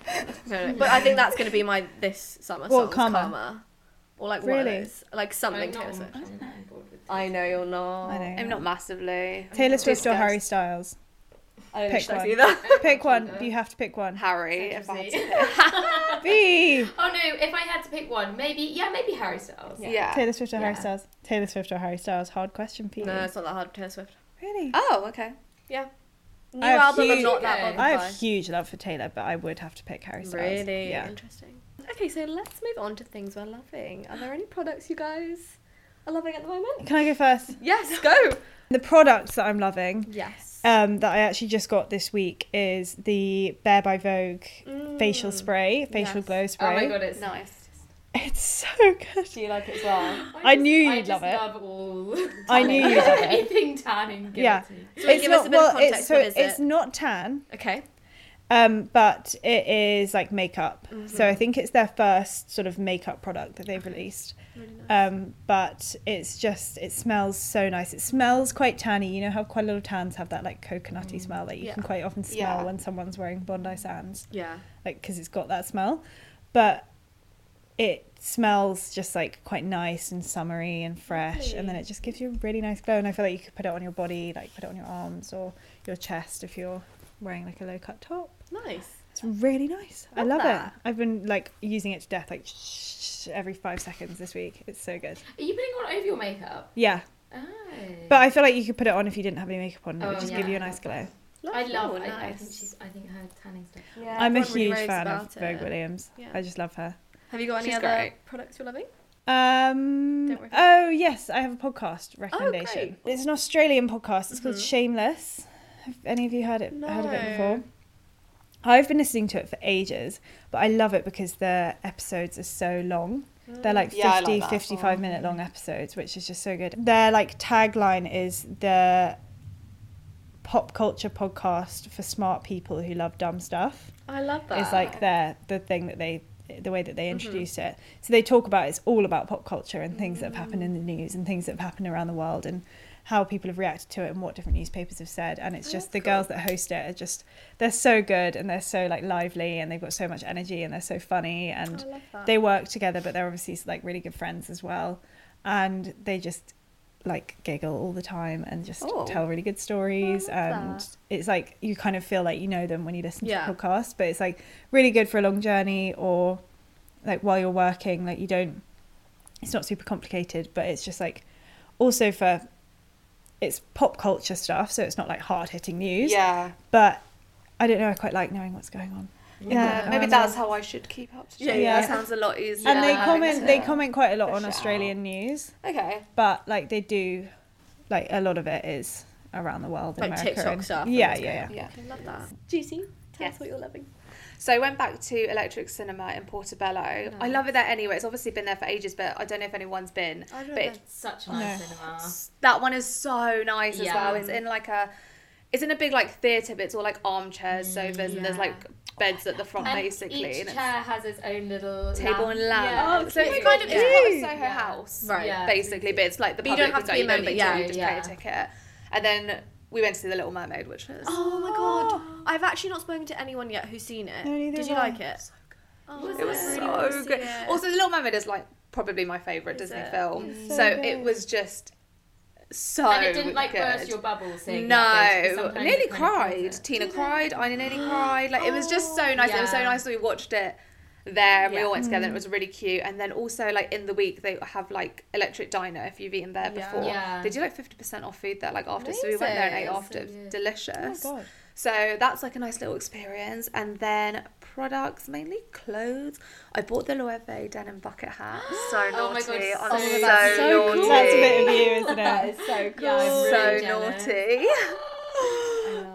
Speaker 2: No, no, <laughs> but I think that's going to be my this summer
Speaker 3: What,
Speaker 2: song.
Speaker 3: Karma?
Speaker 2: Or like
Speaker 3: Really?
Speaker 2: Willows. Like something
Speaker 4: I'm not
Speaker 2: Taylor
Speaker 4: on-
Speaker 2: Swift.
Speaker 4: I'm not on board with this.
Speaker 2: I know you're oh, not.
Speaker 3: I know.
Speaker 1: I'm not massively.
Speaker 3: Taylor Swift or
Speaker 1: discussed.
Speaker 2: <laughs>
Speaker 3: Harry Styles?
Speaker 2: I don't
Speaker 3: Pick
Speaker 2: actually
Speaker 3: one.
Speaker 2: see that. <laughs>
Speaker 3: Pick one. You have to pick one.
Speaker 1: Harry, if I had to pick.
Speaker 3: B.
Speaker 4: <laughs> Oh no! If I had to pick one, maybe yeah, maybe Harry Styles.
Speaker 1: Yeah.
Speaker 3: Taylor Swift or Harry
Speaker 4: Yeah.
Speaker 3: Styles? Taylor Swift or Harry Styles? Hard question, Pete.
Speaker 2: No, it's not that hard. Taylor Swift.
Speaker 3: Really?
Speaker 1: Oh, okay.
Speaker 2: New
Speaker 3: I have
Speaker 2: album, I'm
Speaker 3: huge-
Speaker 2: not that
Speaker 4: Okay.
Speaker 2: bothered
Speaker 3: I
Speaker 2: by.
Speaker 3: have huge love for Taylor, but I would have to pick Harry Styles.
Speaker 2: Really
Speaker 3: Yeah.
Speaker 2: interesting. Okay, so let's move on to things we're loving. Are there any products you guys are loving at the moment?
Speaker 3: Can I go first?
Speaker 2: Yes, go.
Speaker 3: The products that I'm loving
Speaker 2: <laughs> Yes.
Speaker 3: um, that I actually just got this week is the Bare by Vogue
Speaker 2: Mm.
Speaker 3: facial spray, facial
Speaker 2: Yes.
Speaker 3: glow
Speaker 4: Oh
Speaker 3: spray.
Speaker 4: my god, it's
Speaker 1: Nice.
Speaker 3: <laughs> It's so good.
Speaker 2: Do you like it as well?
Speaker 3: I knew
Speaker 4: I
Speaker 3: you'd
Speaker 4: just
Speaker 3: love it.
Speaker 4: Love all. <laughs>
Speaker 3: I knew you'd love it.
Speaker 4: Anything tanning. give it
Speaker 3: Yeah.
Speaker 4: to me.
Speaker 2: give us a bit of context,
Speaker 3: it's so
Speaker 2: what is
Speaker 3: it's
Speaker 2: it?
Speaker 3: not tan,
Speaker 2: Okay.
Speaker 3: um, but it is like makeup. So
Speaker 2: Mm-hmm.
Speaker 3: I think it's their first sort of makeup product that they've released.
Speaker 2: Really nice.
Speaker 3: Um, but it's just it smells so nice. It smells quite tanny. You know how quite a lot of tans have that like coconutty smell that you
Speaker 2: Mm. Yeah.
Speaker 3: can quite often smell
Speaker 1: Yeah.
Speaker 3: when someone's wearing Bondi Sands,
Speaker 2: Yeah.
Speaker 3: like because it's got that smell. But it smells just like quite nice and summery and fresh, and then it just gives you a really nice glow. And I feel like you could put it on your body, like put it on your arms or your chest if you're wearing like a low cut top.
Speaker 2: Nice.
Speaker 3: It's really nice. I
Speaker 2: Love
Speaker 3: love
Speaker 2: that.
Speaker 3: it. I've been like using it to death, like sh- every five seconds this week. It's so good.
Speaker 4: Are you putting on over your makeup?
Speaker 3: Yeah,
Speaker 4: Oh.
Speaker 3: but I feel like you could put it on if you didn't have any makeup on. and It would
Speaker 4: Oh,
Speaker 3: just give
Speaker 4: yeah.
Speaker 3: you a nice glow.
Speaker 4: I love.
Speaker 1: Oh,
Speaker 4: I- I, think
Speaker 1: nice.
Speaker 4: she's. I think her tanning stuff.
Speaker 2: Yeah,
Speaker 3: I'm a
Speaker 2: everyone really
Speaker 3: huge
Speaker 2: raves
Speaker 3: fan of
Speaker 2: about
Speaker 3: Vogue
Speaker 2: it.
Speaker 3: Williams.
Speaker 2: Yeah.
Speaker 3: I just love her.
Speaker 2: Have you got any
Speaker 1: She's
Speaker 2: other
Speaker 1: great.
Speaker 2: products you're loving?
Speaker 3: Um,
Speaker 2: Don't worry.
Speaker 3: oh yes, I have a podcast recommendation. it's an Australian podcast. It's called
Speaker 2: Mhm.
Speaker 3: Shameless. Have any of you heard it? Heard of it
Speaker 2: No.
Speaker 3: before? I've been listening to it for ages, but I love it because the episodes are so long. They're
Speaker 2: Mm.
Speaker 3: like 50,
Speaker 1: Yeah, I like that.
Speaker 3: 55 minute long episodes, which is just so good. Their like tagline is the pop culture podcast for smart people who love dumb stuff.
Speaker 2: I love that.
Speaker 3: It's like their the thing that they the way that they introduced it. So they talk about it's all about pop culture and things that have happened in the news and things that have happened around the world and how people have reacted to it and what different newspapers have said. And it's just the girls that host it are just they're so good and they're so like lively and they've got so much energy and they're so funny
Speaker 2: Oh,
Speaker 3: and they work together, but they're obviously like really good friends as well. And they just like giggle all the time and just
Speaker 2: Oh.
Speaker 3: tell really good stories and it's like you kind of feel like you know them when you listen
Speaker 5: Yeah.
Speaker 3: to the podcast but it's like really good for a long journey or like while you're working like you don't it's not super complicated but it's just like also for it's pop culture stuff so it's not like hard hitting news
Speaker 1: Yeah.
Speaker 3: but i don't know i quite like knowing what's going on
Speaker 1: Yeah, maybe
Speaker 3: Um,
Speaker 1: that's how I should keep up to date.
Speaker 2: Yeah,
Speaker 3: Yeah.
Speaker 2: that sounds a lot easier.
Speaker 3: and they
Speaker 2: than having
Speaker 3: comment
Speaker 2: to-
Speaker 3: they comment quite a lot
Speaker 2: push
Speaker 3: on
Speaker 2: it out.
Speaker 3: australian news
Speaker 1: Okay.
Speaker 3: but like they do like a lot of it is around the world
Speaker 5: Like
Speaker 3: America
Speaker 5: TikTok
Speaker 3: and-
Speaker 5: stuff and
Speaker 3: yeah
Speaker 5: what's
Speaker 3: yeah,
Speaker 5: going
Speaker 3: yeah
Speaker 5: on.
Speaker 1: Yeah.
Speaker 2: I love that. Juicy, tell
Speaker 1: Yes.
Speaker 2: us what you're loving.
Speaker 1: So I went back to Electric Cinema in Portobello. I love it there anyway. It's obviously been there for ages, but I don't know if anyone's been.
Speaker 2: I don't
Speaker 1: But it's
Speaker 4: Such a nice cinema.
Speaker 1: that one is so nice as
Speaker 4: Yeah.
Speaker 1: well. It's in like a, it's in a big like theatre, but it's all like armchairs, sofas, and there's
Speaker 4: yeah.
Speaker 1: like beds at the front
Speaker 4: And
Speaker 1: basically,
Speaker 4: each
Speaker 1: and it's
Speaker 4: chair has its own little
Speaker 1: table
Speaker 4: lamp.
Speaker 1: and lamp. Oh,
Speaker 4: Yeah. Oh,
Speaker 1: so it's kind of it's
Speaker 3: cute.
Speaker 1: part of Soho
Speaker 4: Yeah.
Speaker 1: House,
Speaker 5: Right.
Speaker 4: Yeah.
Speaker 1: Basically, but it's like the
Speaker 2: But you
Speaker 1: public
Speaker 2: don't have
Speaker 1: can go,
Speaker 2: to be a
Speaker 1: you don't need to,
Speaker 2: member,
Speaker 4: yeah,
Speaker 1: you just
Speaker 4: yeah.
Speaker 1: pay a ticket, and then we went to see the Little Mermaid, which was
Speaker 2: Oh my god. I've actually not spoken to anyone yet who's seen it.
Speaker 3: No, neither
Speaker 2: Did
Speaker 3: have
Speaker 2: you
Speaker 3: I.
Speaker 2: like it? Oh,
Speaker 1: it was
Speaker 2: I really wanna
Speaker 1: so
Speaker 2: see
Speaker 1: good.
Speaker 2: it.
Speaker 1: Also, the Little Mermaid is like probably my favorite
Speaker 2: Is
Speaker 1: Disney
Speaker 2: it?
Speaker 3: <gasps>
Speaker 1: film,
Speaker 3: It's
Speaker 1: so,
Speaker 3: so
Speaker 1: it
Speaker 3: good.
Speaker 1: was just so
Speaker 4: and it didn't like
Speaker 1: good.
Speaker 4: burst your bubble seeing that thing, 'cause
Speaker 1: No,
Speaker 4: sometimes
Speaker 1: nearly
Speaker 4: it kind of
Speaker 1: cried.
Speaker 4: does it.
Speaker 1: Tina cried. I
Speaker 4: <gasps>
Speaker 1: nearly cried. Like it was just so nice. It was so
Speaker 4: Yeah. Mm.
Speaker 1: nice that we watched it there and we
Speaker 2: Yeah.
Speaker 1: all went together. and It was really cute. And then also like in the week they have like Electric Diner if you've eaten there
Speaker 2: Yeah.
Speaker 1: before.
Speaker 4: Yeah.
Speaker 1: They do like fifty percent off food there like after. So we went there and ate
Speaker 5: Amazing.
Speaker 1: after. It was
Speaker 4: So good.
Speaker 3: oh my
Speaker 1: delicious.
Speaker 3: god
Speaker 1: so that's like a nice little experience. And then products mainly clothes. I bought the Loewe denim bucket hat. So naughty.
Speaker 4: Oh my God, so-
Speaker 1: I'm
Speaker 4: Oh,
Speaker 1: so,
Speaker 4: that's so
Speaker 1: naughty.
Speaker 4: cool.
Speaker 3: Oh, That's a bit of you, isn't
Speaker 5: That
Speaker 1: <laughs>
Speaker 3: it?
Speaker 5: is so cool.
Speaker 4: Yeah, I'm
Speaker 1: so
Speaker 4: really jealous.
Speaker 1: naughty.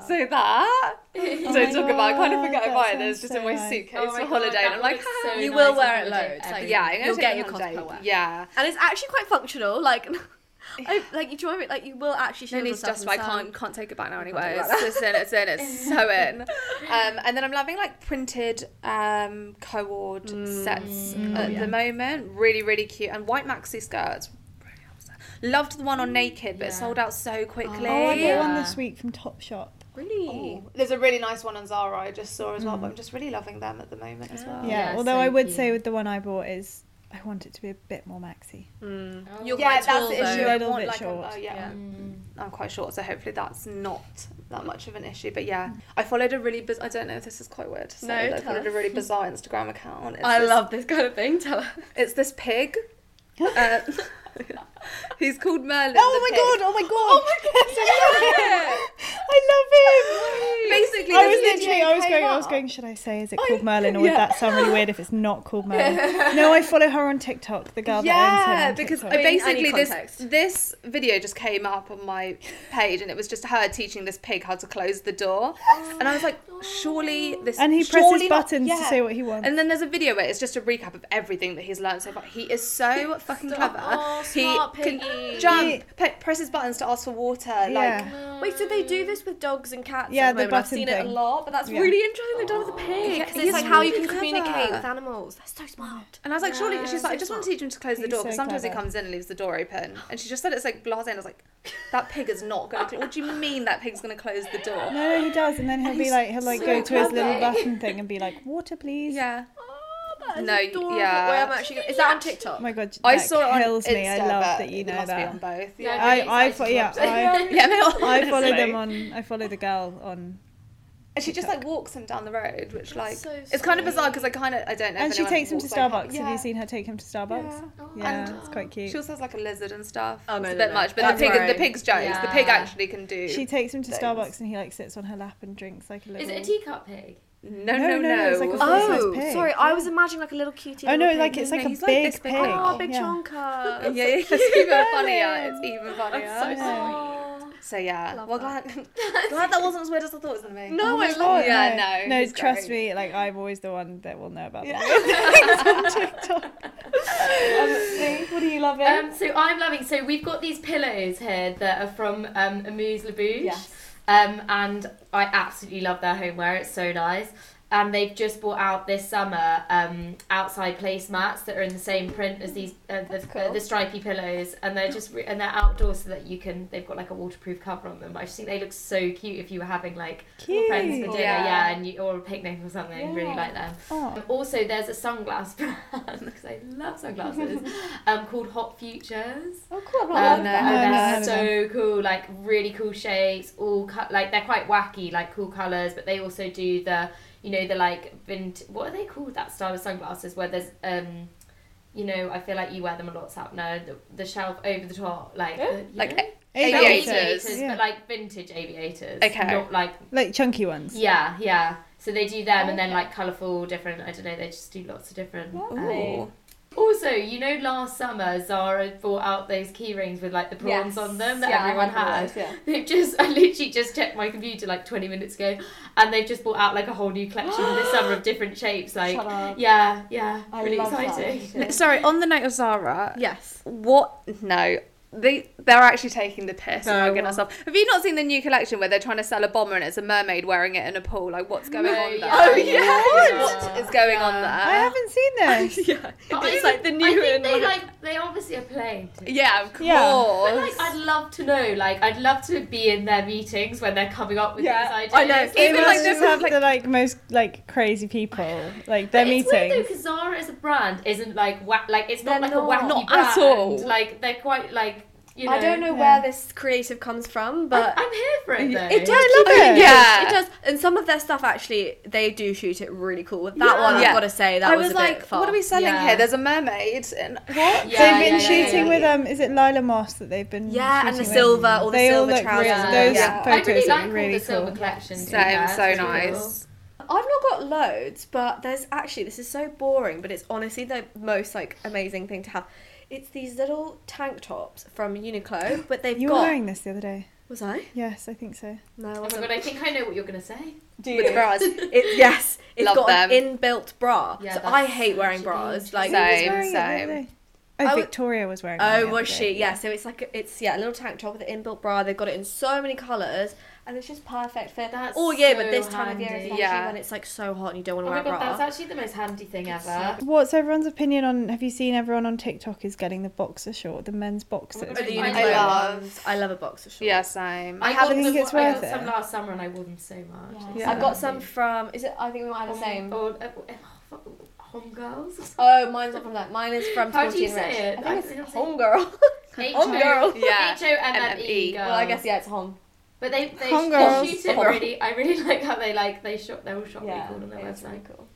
Speaker 1: <gasps> so that <laughs> so
Speaker 3: my
Speaker 1: talk about. I kind of
Speaker 3: God,
Speaker 1: forgot
Speaker 3: that
Speaker 1: about it. and It's
Speaker 3: sounds
Speaker 1: just
Speaker 3: so
Speaker 1: in my
Speaker 3: nice.
Speaker 1: suitcase
Speaker 4: Oh
Speaker 1: for
Speaker 4: my God,
Speaker 1: holiday,
Speaker 4: that
Speaker 1: and I'm like,
Speaker 4: would look
Speaker 1: "Ah."
Speaker 4: so
Speaker 5: You
Speaker 4: nice
Speaker 5: will
Speaker 4: on
Speaker 5: wear it
Speaker 4: holiday,
Speaker 5: loads, like,
Speaker 4: everything.
Speaker 1: yeah, I'm gonna
Speaker 5: You'll
Speaker 1: take
Speaker 5: get
Speaker 1: it
Speaker 5: your
Speaker 1: on holiday.
Speaker 5: cosplay wear.
Speaker 1: Yeah,
Speaker 2: And it's actually quite functional. Like, <laughs> I, like you join it, like you will actually
Speaker 1: no
Speaker 2: shield
Speaker 1: need to
Speaker 2: yourself
Speaker 1: justify. I
Speaker 2: from sun.
Speaker 1: can't can't take it back now
Speaker 2: can't
Speaker 1: anyway.
Speaker 2: do
Speaker 1: It's just in. It's in. It's so in. Um, and then I'm loving like printed um co-ord sets at the moment. Really, really cute. And white maxi skirts. Really upset. Loved the one on Naked, but it
Speaker 4: Yeah.
Speaker 1: sold out so quickly.
Speaker 3: Oh, I got one
Speaker 4: Yeah.
Speaker 3: this week from Topshop.
Speaker 2: Really?
Speaker 1: Oh, There's a really nice one on Zara I just saw as well, but I'm just really loving them at the moment as well.
Speaker 3: Oh, Yeah,
Speaker 4: Yeah,
Speaker 3: although
Speaker 4: so
Speaker 3: I would
Speaker 4: cute.
Speaker 3: say with the one I bought is I want it to be a bit more maxi.
Speaker 4: Oh,
Speaker 2: You'll
Speaker 1: Yeah,
Speaker 2: quite
Speaker 1: that's
Speaker 2: tall,
Speaker 1: the issue.
Speaker 2: though.
Speaker 1: I
Speaker 3: Little
Speaker 1: want
Speaker 3: bit
Speaker 1: like a,
Speaker 3: short.
Speaker 1: uh, yeah,
Speaker 2: Yeah.
Speaker 1: I'm quite short, so hopefully that's not that much of an issue. But yeah, I followed a really biz- I don't know if this is quite weird. To say,
Speaker 5: No,
Speaker 1: but I
Speaker 5: tell
Speaker 1: followed a really bizarre Instagram account. It's
Speaker 5: I
Speaker 1: this,
Speaker 5: love this kind of thing. Tell us.
Speaker 1: It's this <laughs> pig. uh, <laughs> he's called Merlin.
Speaker 3: Oh
Speaker 1: the
Speaker 3: my
Speaker 1: pig.
Speaker 3: god! Oh my god! Oh
Speaker 1: Yeah.
Speaker 3: my I love him.
Speaker 1: Basically,
Speaker 3: I
Speaker 1: this
Speaker 3: was
Speaker 1: literally
Speaker 3: literally, I was
Speaker 1: came
Speaker 3: going, I was
Speaker 1: up.
Speaker 3: going. Should I say, is it called Merlin, or would that sound really weird if it's not <laughs> called Merlin? no, I follow her on TikTok. The girl
Speaker 1: Yeah,
Speaker 3: that owns him. on
Speaker 1: because
Speaker 3: TikTok.
Speaker 2: I mean, I need
Speaker 1: basically this
Speaker 2: context.
Speaker 1: this video just came up on my page, and it was just her teaching this pig how to close the door, and I was like, surely this.
Speaker 3: and he
Speaker 1: surely
Speaker 3: presses
Speaker 1: not-
Speaker 3: buttons to
Speaker 1: yeah.
Speaker 3: say what he wants.
Speaker 1: And then there's a video where it's just a recap of everything that he's learned so far. He is
Speaker 4: <laughs>
Speaker 1: so fucking clever.
Speaker 4: Oh, smart
Speaker 1: he can
Speaker 4: piggy.
Speaker 1: jump, pe- presses buttons to ask for water. Like,
Speaker 3: yeah,
Speaker 2: Wait, so they do this with dogs and cats?
Speaker 3: Yeah,
Speaker 2: at the
Speaker 3: the
Speaker 2: moment. I've
Speaker 3: button
Speaker 2: seen it a
Speaker 3: thing.
Speaker 2: lot, but that's
Speaker 3: Yeah.
Speaker 2: really interesting. They've done it with a pig
Speaker 1: Oh. Yeah,
Speaker 2: because
Speaker 1: he
Speaker 2: it's
Speaker 1: is
Speaker 2: like how you
Speaker 1: really
Speaker 2: can
Speaker 1: clever.
Speaker 2: communicate with animals. They're so smart.
Speaker 1: and I was like, surely
Speaker 2: Yeah.
Speaker 1: she's like, I just want to teach him to close the
Speaker 3: He's
Speaker 1: door
Speaker 3: so
Speaker 1: because sometimes he
Speaker 3: clever.
Speaker 1: comes in and leaves the door open. And she just said it's like blase, and I was like, that pig is not going to. What do you mean that pig's going to close the door?
Speaker 3: no, no, he does, and then he'll be
Speaker 1: he's
Speaker 3: like, he'll like
Speaker 1: so
Speaker 3: go to his little
Speaker 1: clever.
Speaker 3: button thing and be like, "Water, please."
Speaker 1: Yeah.
Speaker 2: Oh, that is
Speaker 1: No, y-
Speaker 2: adorable.
Speaker 1: yeah.
Speaker 2: Wait, I'm actually. Is that on TikTok?
Speaker 3: Oh my god,
Speaker 1: I
Speaker 3: that
Speaker 1: saw it on
Speaker 3: kills me. I
Speaker 1: Insta,
Speaker 3: love
Speaker 1: but
Speaker 3: that you
Speaker 1: it
Speaker 3: know
Speaker 1: must be
Speaker 3: that.
Speaker 1: on both.
Speaker 4: Yeah,
Speaker 1: Yeah.
Speaker 4: I'm
Speaker 3: I,
Speaker 4: really
Speaker 3: I,
Speaker 4: excited
Speaker 3: fo-
Speaker 4: to
Speaker 3: yeah,
Speaker 4: watch it.
Speaker 3: I,
Speaker 1: <laughs> Yeah, no,
Speaker 3: <laughs> I follow
Speaker 1: honestly.
Speaker 3: them on. I follow the girl on,
Speaker 1: And she just like walks him down the road, which like
Speaker 2: so
Speaker 1: it's kind of
Speaker 2: sweet.
Speaker 1: bizarre because I kind of I don't know. if
Speaker 3: and she
Speaker 1: anyone
Speaker 3: takes him to
Speaker 1: walks like that.
Speaker 3: Starbucks. Have you seen her take him to Starbucks?
Speaker 1: Yeah.
Speaker 3: <laughs> Yeah,
Speaker 1: And
Speaker 3: it's quite cute.
Speaker 1: She also has like a lizard and stuff. Oh,
Speaker 2: Oh,
Speaker 1: no,
Speaker 2: no,
Speaker 1: it's a
Speaker 2: no,
Speaker 1: bit
Speaker 2: no.
Speaker 1: much, but
Speaker 2: That's
Speaker 1: the pig,
Speaker 2: right.
Speaker 1: the pig's jokes. The pig
Speaker 4: Yeah.
Speaker 1: actually can do.
Speaker 3: She takes him to
Speaker 1: things.
Speaker 3: Starbucks and he like sits on her lap and drinks like a little.
Speaker 4: Is it a teacup pig?
Speaker 1: no,
Speaker 3: No,
Speaker 1: no, no.
Speaker 3: no, no, it's like a full- Full-size
Speaker 2: Oh,
Speaker 3: pig.
Speaker 2: sorry. I was imagining like a little cutie.
Speaker 3: oh no,
Speaker 2: little
Speaker 3: like
Speaker 2: pig.
Speaker 3: it's like
Speaker 1: No,
Speaker 3: a
Speaker 1: he's
Speaker 3: big
Speaker 1: like this
Speaker 3: pig.
Speaker 1: big.
Speaker 2: Oh, big
Speaker 3: Yeah.
Speaker 2: chonker.
Speaker 1: <laughs> yeah, yeah, it's even funnier. It's even funnier.
Speaker 4: That's so sweet.
Speaker 1: So yeah,
Speaker 2: Love
Speaker 1: well glad <laughs> glad that wasn't as weird as I thought it was gonna be.
Speaker 2: No,
Speaker 1: oh
Speaker 2: I
Speaker 1: my
Speaker 2: love
Speaker 1: God,
Speaker 2: it.
Speaker 1: Yeah, no.
Speaker 3: No,
Speaker 1: he's
Speaker 3: trust
Speaker 1: great.
Speaker 3: me. Like I'm always the one that will know about them.
Speaker 1: <laughs>
Speaker 3: what do you love it?
Speaker 4: Um, so I'm loving. So we've got these pillows here that are from um, Amuse Labouche. Um, and I absolutely love their homeware. It's so nice. and they've just brought out this summer um, outside placemats that are in the same print as these uh, the, uh, the stripy pillows, and they're just re- and they're outdoors so that you can they've got like a waterproof cover on them. I just think they look so cute if you were having like friends for
Speaker 3: Cute.
Speaker 4: dinner,
Speaker 1: Yeah.
Speaker 4: yeah, and you, or a picnic or something. Really like them.
Speaker 3: Oh.
Speaker 4: Um, Also, there's a sunglass <laughs> brand because I love sunglasses um, called Hot Futures.
Speaker 2: Oh, cool. I've not
Speaker 1: Oh,
Speaker 4: Um,
Speaker 1: no.
Speaker 4: and
Speaker 3: No, no, I
Speaker 4: they're
Speaker 3: haven't
Speaker 4: so cool, like really cool shapes, all co- like they're quite wacky, like cool colors. But they also do the, you know, the like vint. What are they called? That style of sunglasses where there's um, you know, I feel like you wear them a lot, Sap. No, the, the shelf over the top, like the, you
Speaker 1: Like eh,
Speaker 4: know?
Speaker 1: Aviators.
Speaker 3: Yeah.
Speaker 4: but like vintage aviators.
Speaker 1: Okay.
Speaker 4: not like
Speaker 3: Like chunky ones.
Speaker 4: yeah, yeah. So they do them and then like colourful, different. I don't know. They just do lots of different. um,
Speaker 1: Oh, Ooh.
Speaker 4: also, you know, last summer Zara brought out those key rings with like the prawns
Speaker 2: Yes.
Speaker 4: on them that
Speaker 2: Yeah, I
Speaker 4: everyone
Speaker 2: had one of
Speaker 4: had.
Speaker 2: those, yeah.
Speaker 4: They've just, I literally just checked my computer like 20 minutes ago and they've just brought out like a whole new collection
Speaker 2: <gasps>
Speaker 4: this summer of different shapes. Like,
Speaker 2: Shut up.
Speaker 4: yeah, yeah,
Speaker 2: I
Speaker 4: really
Speaker 2: love that.
Speaker 4: exciting.
Speaker 1: Sorry, on the note of Zara,
Speaker 5: Yes.
Speaker 1: what? No. They, they're actually taking the piss and
Speaker 5: No,
Speaker 1: mugging us off. Have you not seen the new collection where they're trying to sell a bomber and it's a mermaid wearing it in a pool? Like, what's going on there?
Speaker 4: Oh,
Speaker 2: yeah.
Speaker 1: What is going on there?
Speaker 3: I haven't seen
Speaker 2: <laughs>
Speaker 3: this.
Speaker 5: yeah.
Speaker 4: But I
Speaker 5: It's like the
Speaker 4: think-
Speaker 5: new
Speaker 4: I think
Speaker 5: and
Speaker 4: they
Speaker 5: like-
Speaker 4: like they obviously are playing to
Speaker 1: Yeah, of course.
Speaker 3: Yeah.
Speaker 4: But, like, I'd love to know. Like, I'd love to be in their meetings when they're coming up with these ideas.
Speaker 5: I know.
Speaker 3: They
Speaker 1: Even, like,
Speaker 3: must
Speaker 1: just
Speaker 3: have
Speaker 1: have, like-
Speaker 3: the like most like crazy people. Like their
Speaker 4: But it's weird though
Speaker 3: meetings.
Speaker 4: because Zara as a brand isn't like wha- like it's not
Speaker 2: They're
Speaker 4: like a
Speaker 2: not.
Speaker 4: wacky
Speaker 1: Not
Speaker 4: brand.
Speaker 1: at all.
Speaker 4: Like they're quite like you know.
Speaker 2: I don't know
Speaker 3: Yeah.
Speaker 2: where this creative comes from,
Speaker 4: But
Speaker 2: but
Speaker 4: I'm here for it though.
Speaker 2: It does.
Speaker 3: love
Speaker 2: keep
Speaker 3: it.
Speaker 2: does,
Speaker 1: Yeah.
Speaker 2: it does. And some of their stuff actually, they do shoot it really cool. With that
Speaker 4: Yeah.
Speaker 2: one,
Speaker 1: Yeah.
Speaker 2: I've got to say that
Speaker 1: I
Speaker 2: was,
Speaker 1: was,
Speaker 2: a
Speaker 1: like,
Speaker 2: bit far.
Speaker 1: what are we selling
Speaker 4: Yeah.
Speaker 1: here? There's a mermaid and what?
Speaker 4: Yeah,
Speaker 3: they've been
Speaker 4: yeah, yeah,
Speaker 3: shooting
Speaker 4: yeah.
Speaker 3: with um, is it Lila Moss that they've been?
Speaker 2: Yeah, and the
Speaker 3: shooting with?
Speaker 2: silver, all the
Speaker 3: They all
Speaker 2: silver
Speaker 3: look
Speaker 2: trousers.
Speaker 3: really-
Speaker 2: and
Speaker 3: those
Speaker 2: everything.
Speaker 1: yeah.
Speaker 4: I
Speaker 3: photos
Speaker 4: really
Speaker 3: look
Speaker 4: like all
Speaker 3: really
Speaker 4: the silver
Speaker 3: cool.
Speaker 4: collection. to be
Speaker 1: Same,
Speaker 4: fair.
Speaker 1: so
Speaker 4: It's really
Speaker 1: nice.
Speaker 2: I've not got loads, but there's actually this is so boring, but it's honestly the most like amazing thing to have. It's these little tank tops from Uniqlo, but they've
Speaker 3: You were
Speaker 2: got.
Speaker 3: wearing this the other day.
Speaker 2: Was I?
Speaker 3: Yes, I think so.
Speaker 2: No, I
Speaker 4: Cool. Oh my
Speaker 2: wasn't.
Speaker 4: god, I think I know what you're gonna say. Oh
Speaker 2: Do
Speaker 1: With the bras.
Speaker 2: It, yes, it's
Speaker 1: Love
Speaker 2: got
Speaker 1: them.
Speaker 2: an inbuilt bra.
Speaker 4: Yeah,
Speaker 2: so
Speaker 4: that's
Speaker 2: I hate wearing
Speaker 4: such a
Speaker 2: bras.
Speaker 4: danger.
Speaker 2: Like,
Speaker 1: Same,
Speaker 3: Who was wearing it the other
Speaker 1: same.
Speaker 3: day?
Speaker 2: I
Speaker 3: Oh,
Speaker 2: would-
Speaker 3: Victoria was wearing. it the
Speaker 2: Oh,
Speaker 3: other
Speaker 2: was
Speaker 3: day.
Speaker 2: she? Yeah. So it's like a, it's yeah, a little tank top with an inbuilt bra. They've got it in so many colours, and it's just perfect for
Speaker 4: That's
Speaker 2: all year.
Speaker 4: so
Speaker 2: but this time of year,
Speaker 4: handy.
Speaker 2: especially
Speaker 1: Yeah.
Speaker 2: when it's like so hot and you don't want
Speaker 4: Oh
Speaker 2: to
Speaker 4: my
Speaker 2: wear
Speaker 4: god,
Speaker 2: a
Speaker 4: that's
Speaker 2: bra.
Speaker 4: actually the most handy thing ever.
Speaker 3: What's everyone's opinion on? Have you seen everyone on TikTok is getting the boxer short, the men's boxers?
Speaker 4: Oh, the
Speaker 2: Uniqlo
Speaker 4: I love-
Speaker 2: ones. I love a boxer short.
Speaker 1: Yeah, same.
Speaker 4: I,
Speaker 3: haven't-
Speaker 4: got
Speaker 3: think
Speaker 4: them-
Speaker 3: it's
Speaker 4: I
Speaker 3: worth
Speaker 4: got
Speaker 3: it.
Speaker 4: some last summer and I wore them so much.
Speaker 2: Yeah.
Speaker 3: Yeah.
Speaker 2: I've got some from. Is it? I think we might have the same.
Speaker 4: Or, or, or, homegirls.
Speaker 2: Oh, mine's not from that. Mine is from
Speaker 4: How do
Speaker 2: Torchy
Speaker 4: you
Speaker 2: and
Speaker 4: say
Speaker 2: Rich.
Speaker 4: it?
Speaker 2: I
Speaker 4: I
Speaker 2: think
Speaker 4: think
Speaker 2: it's
Speaker 4: it's-
Speaker 2: homegirl.
Speaker 4: H-O-
Speaker 2: Homegirl.
Speaker 1: Yeah.
Speaker 4: E H-O-M-M-E.
Speaker 1: M-M-E.
Speaker 2: E. Well, I guess yeah, it's home.
Speaker 4: But they they,
Speaker 3: Homegirls.
Speaker 4: they shoot it
Speaker 2: Homegirl.
Speaker 4: really. I really <laughs> like how they like they shot. They all shot really cool on their
Speaker 2: it is
Speaker 4: website.
Speaker 2: really cool.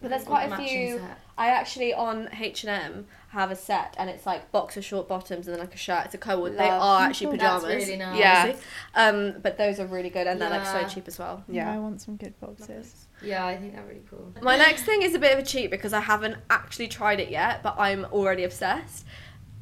Speaker 2: But there's quite a
Speaker 4: Matching
Speaker 2: few.
Speaker 4: set.
Speaker 2: I actually on H and M have a set, and it's like boxer short bottoms and then like a shirt. It's a co-ord. They
Speaker 1: Love.
Speaker 2: are actually
Speaker 4: <laughs> That's
Speaker 2: pajamas.
Speaker 4: really nice.
Speaker 1: Yeah.
Speaker 2: obviously. Um, but those are really good, and they're like
Speaker 4: Yeah.
Speaker 2: so cheap as well.
Speaker 3: Yeah, I
Speaker 1: Yeah.
Speaker 3: want some good boxers.
Speaker 4: Yeah, I think they're really cool.
Speaker 2: My next thing is a bit of a cheat because I haven't actually tried it yet, but I'm already obsessed.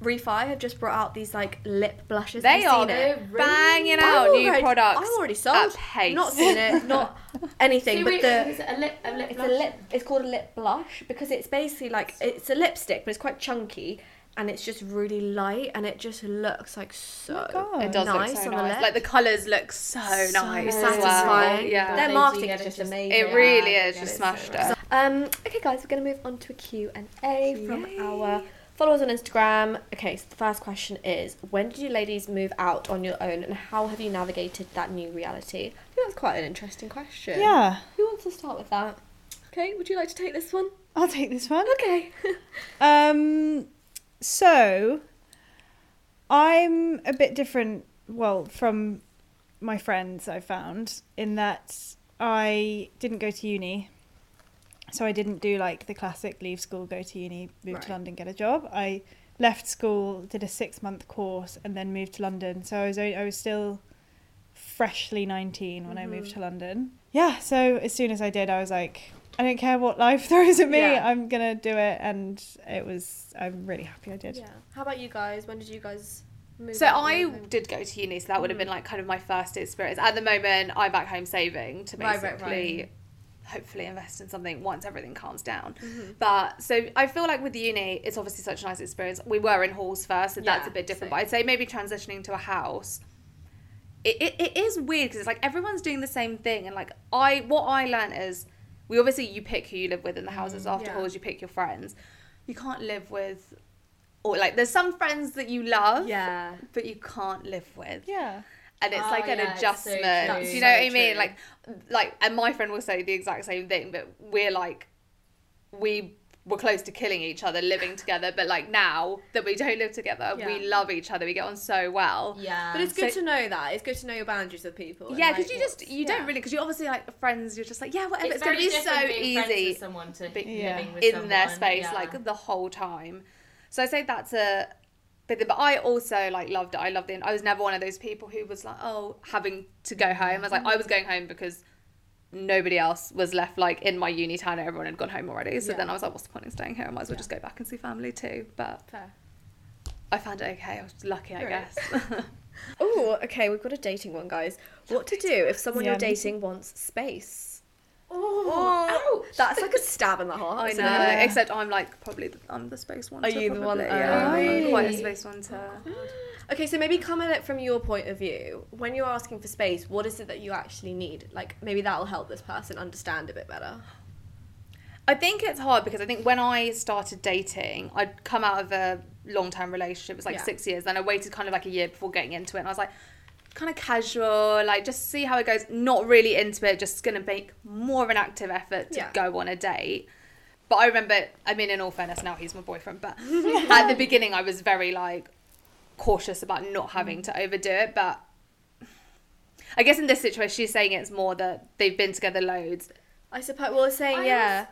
Speaker 2: Refi have just brought out these like lip blushes. Have
Speaker 1: They
Speaker 2: you
Speaker 1: are
Speaker 2: seen it?
Speaker 4: Really?
Speaker 1: banging
Speaker 2: I'm
Speaker 1: out new
Speaker 2: already-
Speaker 1: products.
Speaker 2: I'm already sold.
Speaker 1: At pace.
Speaker 2: Not seen it, not <laughs> anything,
Speaker 4: So
Speaker 2: but
Speaker 4: wait,
Speaker 2: the
Speaker 4: is it a lip, a lip
Speaker 2: It's
Speaker 4: blush?
Speaker 2: a
Speaker 1: Oh,
Speaker 2: lip. It's called a lip blush because it's basically like it's a lipstick, but it's quite chunky, and it's just really light, and it just looks like so.
Speaker 3: God.
Speaker 1: It does
Speaker 2: nice
Speaker 1: look so
Speaker 2: on the
Speaker 1: nice.
Speaker 2: lip.
Speaker 1: Like the colours look so,
Speaker 2: So
Speaker 1: nice. as well.
Speaker 2: satisfying.
Speaker 1: Yeah.
Speaker 2: Their
Speaker 4: They do
Speaker 2: marketing
Speaker 4: get
Speaker 2: is
Speaker 4: it
Speaker 2: just
Speaker 4: just-
Speaker 2: amazing.
Speaker 1: It really
Speaker 4: Yeah,
Speaker 1: is.
Speaker 4: I
Speaker 1: Just
Speaker 4: get it so
Speaker 1: smashed
Speaker 4: right.
Speaker 1: it.
Speaker 2: Um, okay, guys, we're gonna move on to a Q and A from our followers on Instagram. Okay, so the first question is: When did you ladies move out on your own, and how have you navigated that new reality? I think that's quite an interesting question.
Speaker 3: Yeah,
Speaker 2: Who wants to start with that? Okay, would you like to take this one?
Speaker 3: I'll take this one.
Speaker 2: Okay.
Speaker 3: Um, so I'm a bit different, well, from my friends I found in that I didn't go to uni. So I didn't do like the classic leave school, go to uni, move
Speaker 2: Right.
Speaker 3: to London, get a job. I left school, did a six month course, and then moved to London. So I was o- I was still freshly 19 when I moved
Speaker 2: Mm-hmm.
Speaker 3: to London. Yeah, so as soon as I did, I was like, I don't care what life <laughs> throws at me,
Speaker 2: Yeah.
Speaker 3: I'm gonna do it. And it was, I'm really happy I did.
Speaker 2: Yeah. How about you guys? When did you guys move?
Speaker 1: So
Speaker 2: out on
Speaker 1: I
Speaker 2: your own?
Speaker 1: did go to uni, so that would have been like kind of my first experience. At the moment, I'm back home saving to
Speaker 2: Right,
Speaker 1: basically
Speaker 2: right, right.
Speaker 1: hopefully invest in something once everything calms down.
Speaker 2: Mm-hmm.
Speaker 1: But so I feel like with uni, it's obviously such a nice experience. We were in halls first, so that's
Speaker 2: Yeah,
Speaker 1: a bit different.
Speaker 2: same.
Speaker 1: But I'd say maybe transitioning to a house. It, it, it is weird because it's like everyone's doing the same thing and like I what I learned is we obviously you pick who you live with in the houses after
Speaker 5: yeah.
Speaker 1: halls. You pick your friends. You can't live with, or like there's some friends that you love,
Speaker 2: Yeah.
Speaker 1: but you can't live with
Speaker 3: Yeah.
Speaker 1: and it's
Speaker 4: Oh,
Speaker 1: like an
Speaker 4: yeah, it's so
Speaker 1: adjustment.
Speaker 4: true.
Speaker 1: Do you know what
Speaker 4: That's
Speaker 1: I
Speaker 4: so
Speaker 1: mean?
Speaker 4: true.
Speaker 1: Like, like, and my friend will say the exact same thing, but we're like, we were close to killing each other
Speaker 4: <laughs>
Speaker 1: living together, but like now that we don't live together, we love each other. We get on so well.
Speaker 4: Yeah.
Speaker 2: But it's good
Speaker 1: So-
Speaker 2: to know that. It's good to know your boundaries with people. and,
Speaker 1: Yeah, because
Speaker 2: like,
Speaker 1: you just
Speaker 2: what's-
Speaker 1: you
Speaker 2: yeah.
Speaker 1: don't really because you obviously like friends. You're just like yeah, whatever. It's,
Speaker 4: very
Speaker 1: gonna be
Speaker 4: different
Speaker 1: so
Speaker 4: being friends
Speaker 1: easy.
Speaker 4: with someone to
Speaker 1: Be-
Speaker 3: Yeah.
Speaker 4: living with
Speaker 1: in
Speaker 4: someone.
Speaker 1: their space
Speaker 4: yeah.
Speaker 1: like the whole time. So I say that's a big thing. But I also like loved it. I loved it. I was never one of those people who was like, oh, having to go home. I was like, I was going home because nobody else was left like in my uni town. Everyone had gone home already. So
Speaker 5: Yeah.
Speaker 1: then I was like, what's the point in staying here? I might as well just go back and see family too. But
Speaker 3: Fair.
Speaker 1: I found it okay. I was lucky, I
Speaker 4: <laughs>
Speaker 1: guess.
Speaker 2: Oh, okay. We've got a dating one, guys. What to do if someone
Speaker 3: Yeah,
Speaker 2: you're
Speaker 3: me too.
Speaker 2: dating wants space?
Speaker 4: Oh, ouch.
Speaker 2: That's like a stab in the heart.
Speaker 1: I know.
Speaker 2: isn't it?
Speaker 1: Except I'm like probably the, I'm the space one.
Speaker 2: Are
Speaker 1: to
Speaker 2: you the one-
Speaker 1: probably,
Speaker 2: oh,
Speaker 1: Yeah, I'm
Speaker 4: really?
Speaker 1: quite a space one to.
Speaker 2: Okay, so maybe come at it from your point of view. When you're asking for space, what is it that you actually need? Like maybe that'll help this person understand a bit better.
Speaker 1: I think it's hard because I think when I started dating, I'd come out of a long term relationship. It was like
Speaker 2: Yeah.
Speaker 1: six years. Then I waited kind of like a year before getting into it. And I was like, kind of casual, like just see how it goes. Not really into it, just going to make more of an active effort to
Speaker 2: Yeah.
Speaker 1: go on a date. But I remember, I mean, in all fairness, now he's my boyfriend.
Speaker 2: <laughs>
Speaker 1: But at the beginning, I was very like cautious about not having to overdo it. But I guess in this situation, she's saying it's more that they've been together loads.
Speaker 2: I suppose. Well, it's saying
Speaker 4: I
Speaker 2: yeah,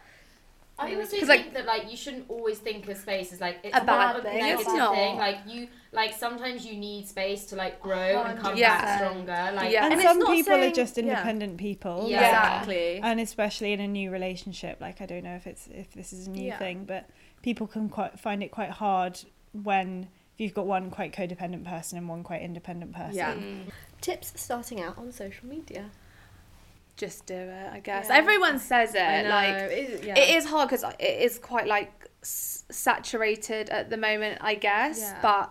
Speaker 4: I also think
Speaker 1: 'Cause, like-
Speaker 4: that like you shouldn't always think of space as like it's
Speaker 1: A
Speaker 4: a
Speaker 1: bad
Speaker 4: bad
Speaker 1: thing. It's
Speaker 4: negative
Speaker 1: not.
Speaker 4: thing. Like you like sometimes you need space to like grow and come
Speaker 1: Yeah.
Speaker 4: back stronger. Like
Speaker 1: Yeah.
Speaker 3: And,
Speaker 2: And it's
Speaker 3: some
Speaker 2: not
Speaker 3: people
Speaker 2: saying-
Speaker 3: are just
Speaker 2: yeah.
Speaker 3: independent people.
Speaker 4: Yeah.
Speaker 3: like-
Speaker 2: exactly.
Speaker 3: and especially in a new relationship like i don't know if it's if this is a new
Speaker 2: Yeah.
Speaker 3: thing but people can quite find it quite hard when you've got one quite codependent person and one quite independent person
Speaker 2: Yeah. Tips starting out on social media.
Speaker 1: just do it i guess
Speaker 2: Yeah.
Speaker 1: everyone says it like
Speaker 2: it is, yeah.
Speaker 1: it is hard because it is quite like s- saturated at the moment i guess
Speaker 2: Yeah.
Speaker 1: but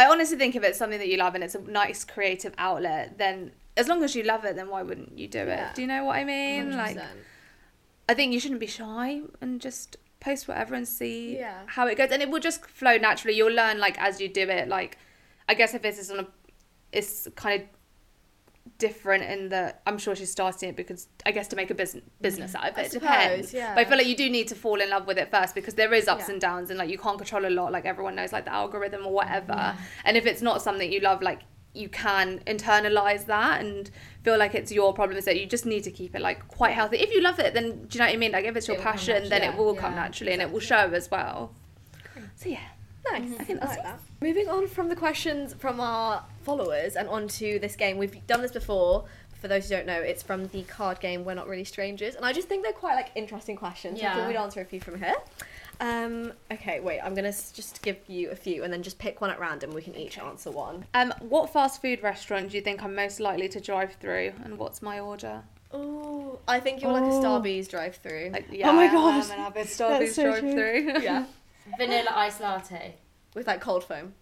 Speaker 1: i honestly think if it's something that you love and it's a nice creative outlet then as long as you love it then why wouldn't you do it
Speaker 2: Yeah.
Speaker 1: do you know what i mean like
Speaker 2: 100%.
Speaker 1: i think you shouldn't be shy and just post whatever and see
Speaker 2: Yeah.
Speaker 1: how it goes and it will just flow naturally you'll learn like as you do it like i guess if this is on a it's kind of different in that i'm sure she's starting it because i guess to make a business business out of it
Speaker 2: Mm. I
Speaker 1: it depends
Speaker 2: suppose, yeah.
Speaker 1: but i feel like you do need to fall in love with it first because there is ups
Speaker 2: Yeah.
Speaker 1: and downs and like you can't control a lot like everyone knows like the algorithm or whatever and if it's not something you love like you can internalize that and feel like it's your problem is that you just need to keep it like quite healthy if you love it then do you know what i mean like if it's your
Speaker 4: It will come
Speaker 1: passion then it
Speaker 4: naturally,
Speaker 1: will
Speaker 4: yeah,
Speaker 1: come
Speaker 4: yeah,
Speaker 1: naturally and it will show as well so yeah
Speaker 2: Nice. I think
Speaker 1: I
Speaker 2: that's that. Moving on from the questions from our followers and onto this game. We've done this before. For those who don't know, it's from the card game We're Not Really Strangers, and I just think they're quite like interesting questions. I
Speaker 4: Yeah.
Speaker 2: thought we'd answer a few from here. Um, okay, wait. I'm gonna s- just give you a few, and then just pick one at random. We can each answer one.
Speaker 1: Um, what fast food restaurant do you think I'm most likely to drive through, and what's my order?
Speaker 2: Oh, I think you're like a
Speaker 3: Oh.
Speaker 2: Starbucks drive-through. <laughs>
Speaker 1: Like, yeah,
Speaker 3: Oh my
Speaker 1: I
Speaker 3: God.
Speaker 1: am an avid Starbucks
Speaker 3: so
Speaker 1: drive
Speaker 3: true.
Speaker 1: through.
Speaker 2: yeah,
Speaker 4: vanilla iced latte.
Speaker 2: with like cold foam.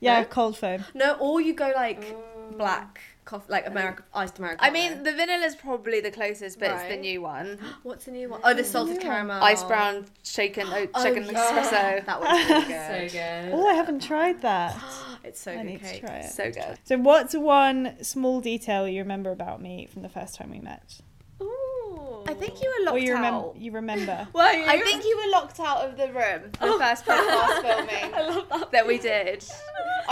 Speaker 3: yeah
Speaker 2: No?
Speaker 3: cold foam
Speaker 2: No, or you go like
Speaker 3: Mm.
Speaker 2: black coffee, like American iced American.
Speaker 1: <laughs> I mean, the vanilla is probably the closest, but it's the
Speaker 2: Right.
Speaker 1: new one.
Speaker 2: what's the new one? Oh, the salted caramel
Speaker 1: Ice brown shaken <gasps> oat,
Speaker 2: Oh,
Speaker 1: chicken
Speaker 2: yeah.
Speaker 1: <laughs> espresso.
Speaker 2: That one's really good.
Speaker 4: So good.
Speaker 3: oh i haven't tried
Speaker 2: <gasps>
Speaker 3: that
Speaker 2: It's so
Speaker 3: i
Speaker 2: good
Speaker 3: need
Speaker 2: cake.
Speaker 3: to try it
Speaker 1: So good.
Speaker 3: so what's one small detail you remember about me from the first time we met
Speaker 2: Ooh.
Speaker 1: I think you were locked
Speaker 3: or you remember
Speaker 1: out.
Speaker 3: you
Speaker 2: <laughs>
Speaker 3: remember
Speaker 2: Were you?
Speaker 1: I think you were locked out of the room the first podcast filming
Speaker 2: I love that.
Speaker 1: that we did.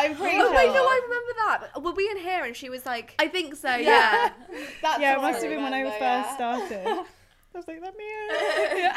Speaker 1: I'm pretty
Speaker 2: Oh,
Speaker 1: sure.
Speaker 2: wait, no, I remember that. Were we in here and she was like,
Speaker 1: <laughs> I think so. Yeah. <laughs> That's
Speaker 3: yeah it
Speaker 1: what I
Speaker 3: must have been when i
Speaker 1: remember,
Speaker 3: first
Speaker 1: yeah.
Speaker 3: started i was like let me in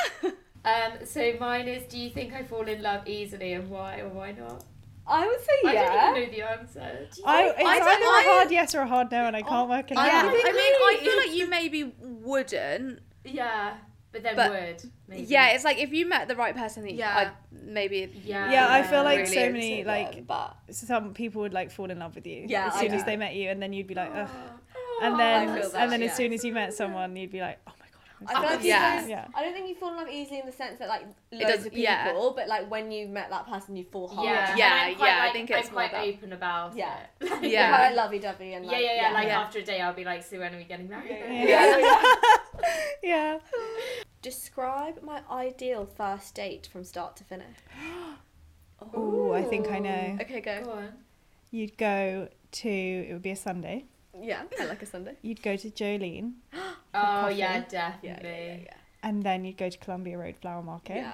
Speaker 4: Um, so mine is: Do you think I fall in love easily, and why or why not?
Speaker 2: I would say
Speaker 4: I don't even know the answer. Do you-
Speaker 3: I, it's
Speaker 2: I don't-
Speaker 3: either a
Speaker 2: I-
Speaker 3: hard yes or a hard no, and I can't work it
Speaker 2: I
Speaker 1: Yeah,
Speaker 3: out.
Speaker 2: don't think
Speaker 1: I mean, I
Speaker 2: we-
Speaker 1: feel like you maybe wouldn't.
Speaker 4: yeah, but then
Speaker 1: But-
Speaker 4: would. Maybe.
Speaker 1: Yeah, it's like if you met the right person, that yeah.
Speaker 2: Yeah.
Speaker 1: I'd maybe.
Speaker 4: Yeah.
Speaker 3: Yeah, I feel
Speaker 1: I'd
Speaker 3: like
Speaker 1: really
Speaker 3: so many,
Speaker 1: into
Speaker 3: like-
Speaker 1: them, but
Speaker 3: Some people would like fall in love with you
Speaker 2: Yeah,
Speaker 3: as
Speaker 2: I
Speaker 3: soon as
Speaker 2: do.
Speaker 3: they met you, and then you'd be like, ugh.
Speaker 4: Oh,
Speaker 3: And then,
Speaker 2: feel that,
Speaker 3: and then
Speaker 2: yeah.
Speaker 3: as soon as you met someone, you'd be like, oh my god.
Speaker 2: I feel
Speaker 3: I'm
Speaker 2: like
Speaker 3: so
Speaker 2: you
Speaker 1: Yeah.
Speaker 2: guys-
Speaker 3: Yeah.
Speaker 2: I don't think you fall in love easily in the sense that like loads
Speaker 1: does-
Speaker 2: of people,
Speaker 1: yeah.
Speaker 2: but like when you met that person, you fall hard.
Speaker 4: yeah,
Speaker 2: <laughs>
Speaker 1: Yeah,
Speaker 4: And I'm quite,
Speaker 1: yeah, I
Speaker 4: Like,
Speaker 1: think
Speaker 4: I'm
Speaker 1: it's more
Speaker 4: quite
Speaker 1: that-
Speaker 4: open about
Speaker 2: Yeah.
Speaker 1: <laughs>
Speaker 4: it.
Speaker 1: Yeah.
Speaker 2: lovey dovey and
Speaker 4: yeah,
Speaker 2: like
Speaker 4: yeah, yeah. Like
Speaker 1: Yeah.
Speaker 4: <laughs> after a day, I'll be like, "So when are we getting married?"
Speaker 2: yeah.
Speaker 3: yeah.
Speaker 2: Describe my ideal first date from start to finish.
Speaker 3: Oh, I think I know.
Speaker 2: Okay, go.
Speaker 4: Go on.
Speaker 3: You'd go to it would be a Sunday.
Speaker 2: Yeah, I like a Sunday.
Speaker 3: You'd go to Jolene,
Speaker 4: Oh
Speaker 3: coffee.
Speaker 4: yeah,
Speaker 2: Yeah,
Speaker 4: definitely.
Speaker 2: yeah, yeah, yeah.
Speaker 3: and then you'd go to Columbia Road Flower Market,
Speaker 2: Yeah.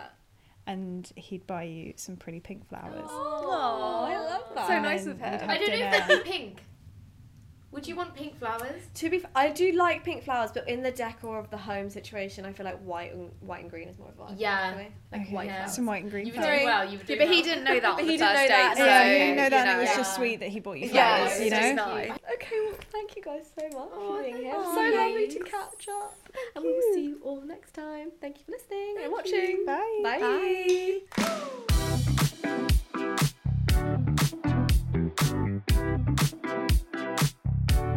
Speaker 3: and he'd buy you some pretty pink flowers.
Speaker 2: Oh, I love that.
Speaker 1: So nice of her.
Speaker 3: And you'd
Speaker 4: I
Speaker 3: have
Speaker 4: don't know
Speaker 3: dinner.
Speaker 4: if that'd be pink. Would you want pink flowers?
Speaker 2: To be, f- I do like pink flowers, but in the decor of the home situation, I feel like white and white and green is more of a vibe.
Speaker 4: Yeah.
Speaker 2: for me. like
Speaker 3: Okay.
Speaker 2: white
Speaker 4: Yeah.
Speaker 2: flowers.
Speaker 3: Some white and
Speaker 4: You
Speaker 3: green
Speaker 4: would do
Speaker 3: flowers.
Speaker 2: Sorry.
Speaker 4: well. You would do
Speaker 1: Yeah, but he
Speaker 4: well.
Speaker 1: didn't know
Speaker 4: <laughs>
Speaker 1: that on
Speaker 2: But
Speaker 1: the
Speaker 2: he
Speaker 1: first
Speaker 2: didn't know
Speaker 1: date.
Speaker 2: that,
Speaker 1: So,
Speaker 2: so-
Speaker 3: Yeah, you didn't know that. and it was
Speaker 4: yeah.
Speaker 3: just sweet that he bought you
Speaker 2: Yeah,
Speaker 3: flowers.
Speaker 2: it's
Speaker 3: you know.
Speaker 2: just
Speaker 1: nice.
Speaker 2: Okay, well, thank you guys so much
Speaker 4: Oh,
Speaker 2: for being
Speaker 4: thank
Speaker 2: here. It was
Speaker 4: you.
Speaker 2: So lovely to
Speaker 4: Thanks.
Speaker 2: catch up, and we will see you all next time. Thank you for listening and watching.
Speaker 3: Bye.
Speaker 2: Bye.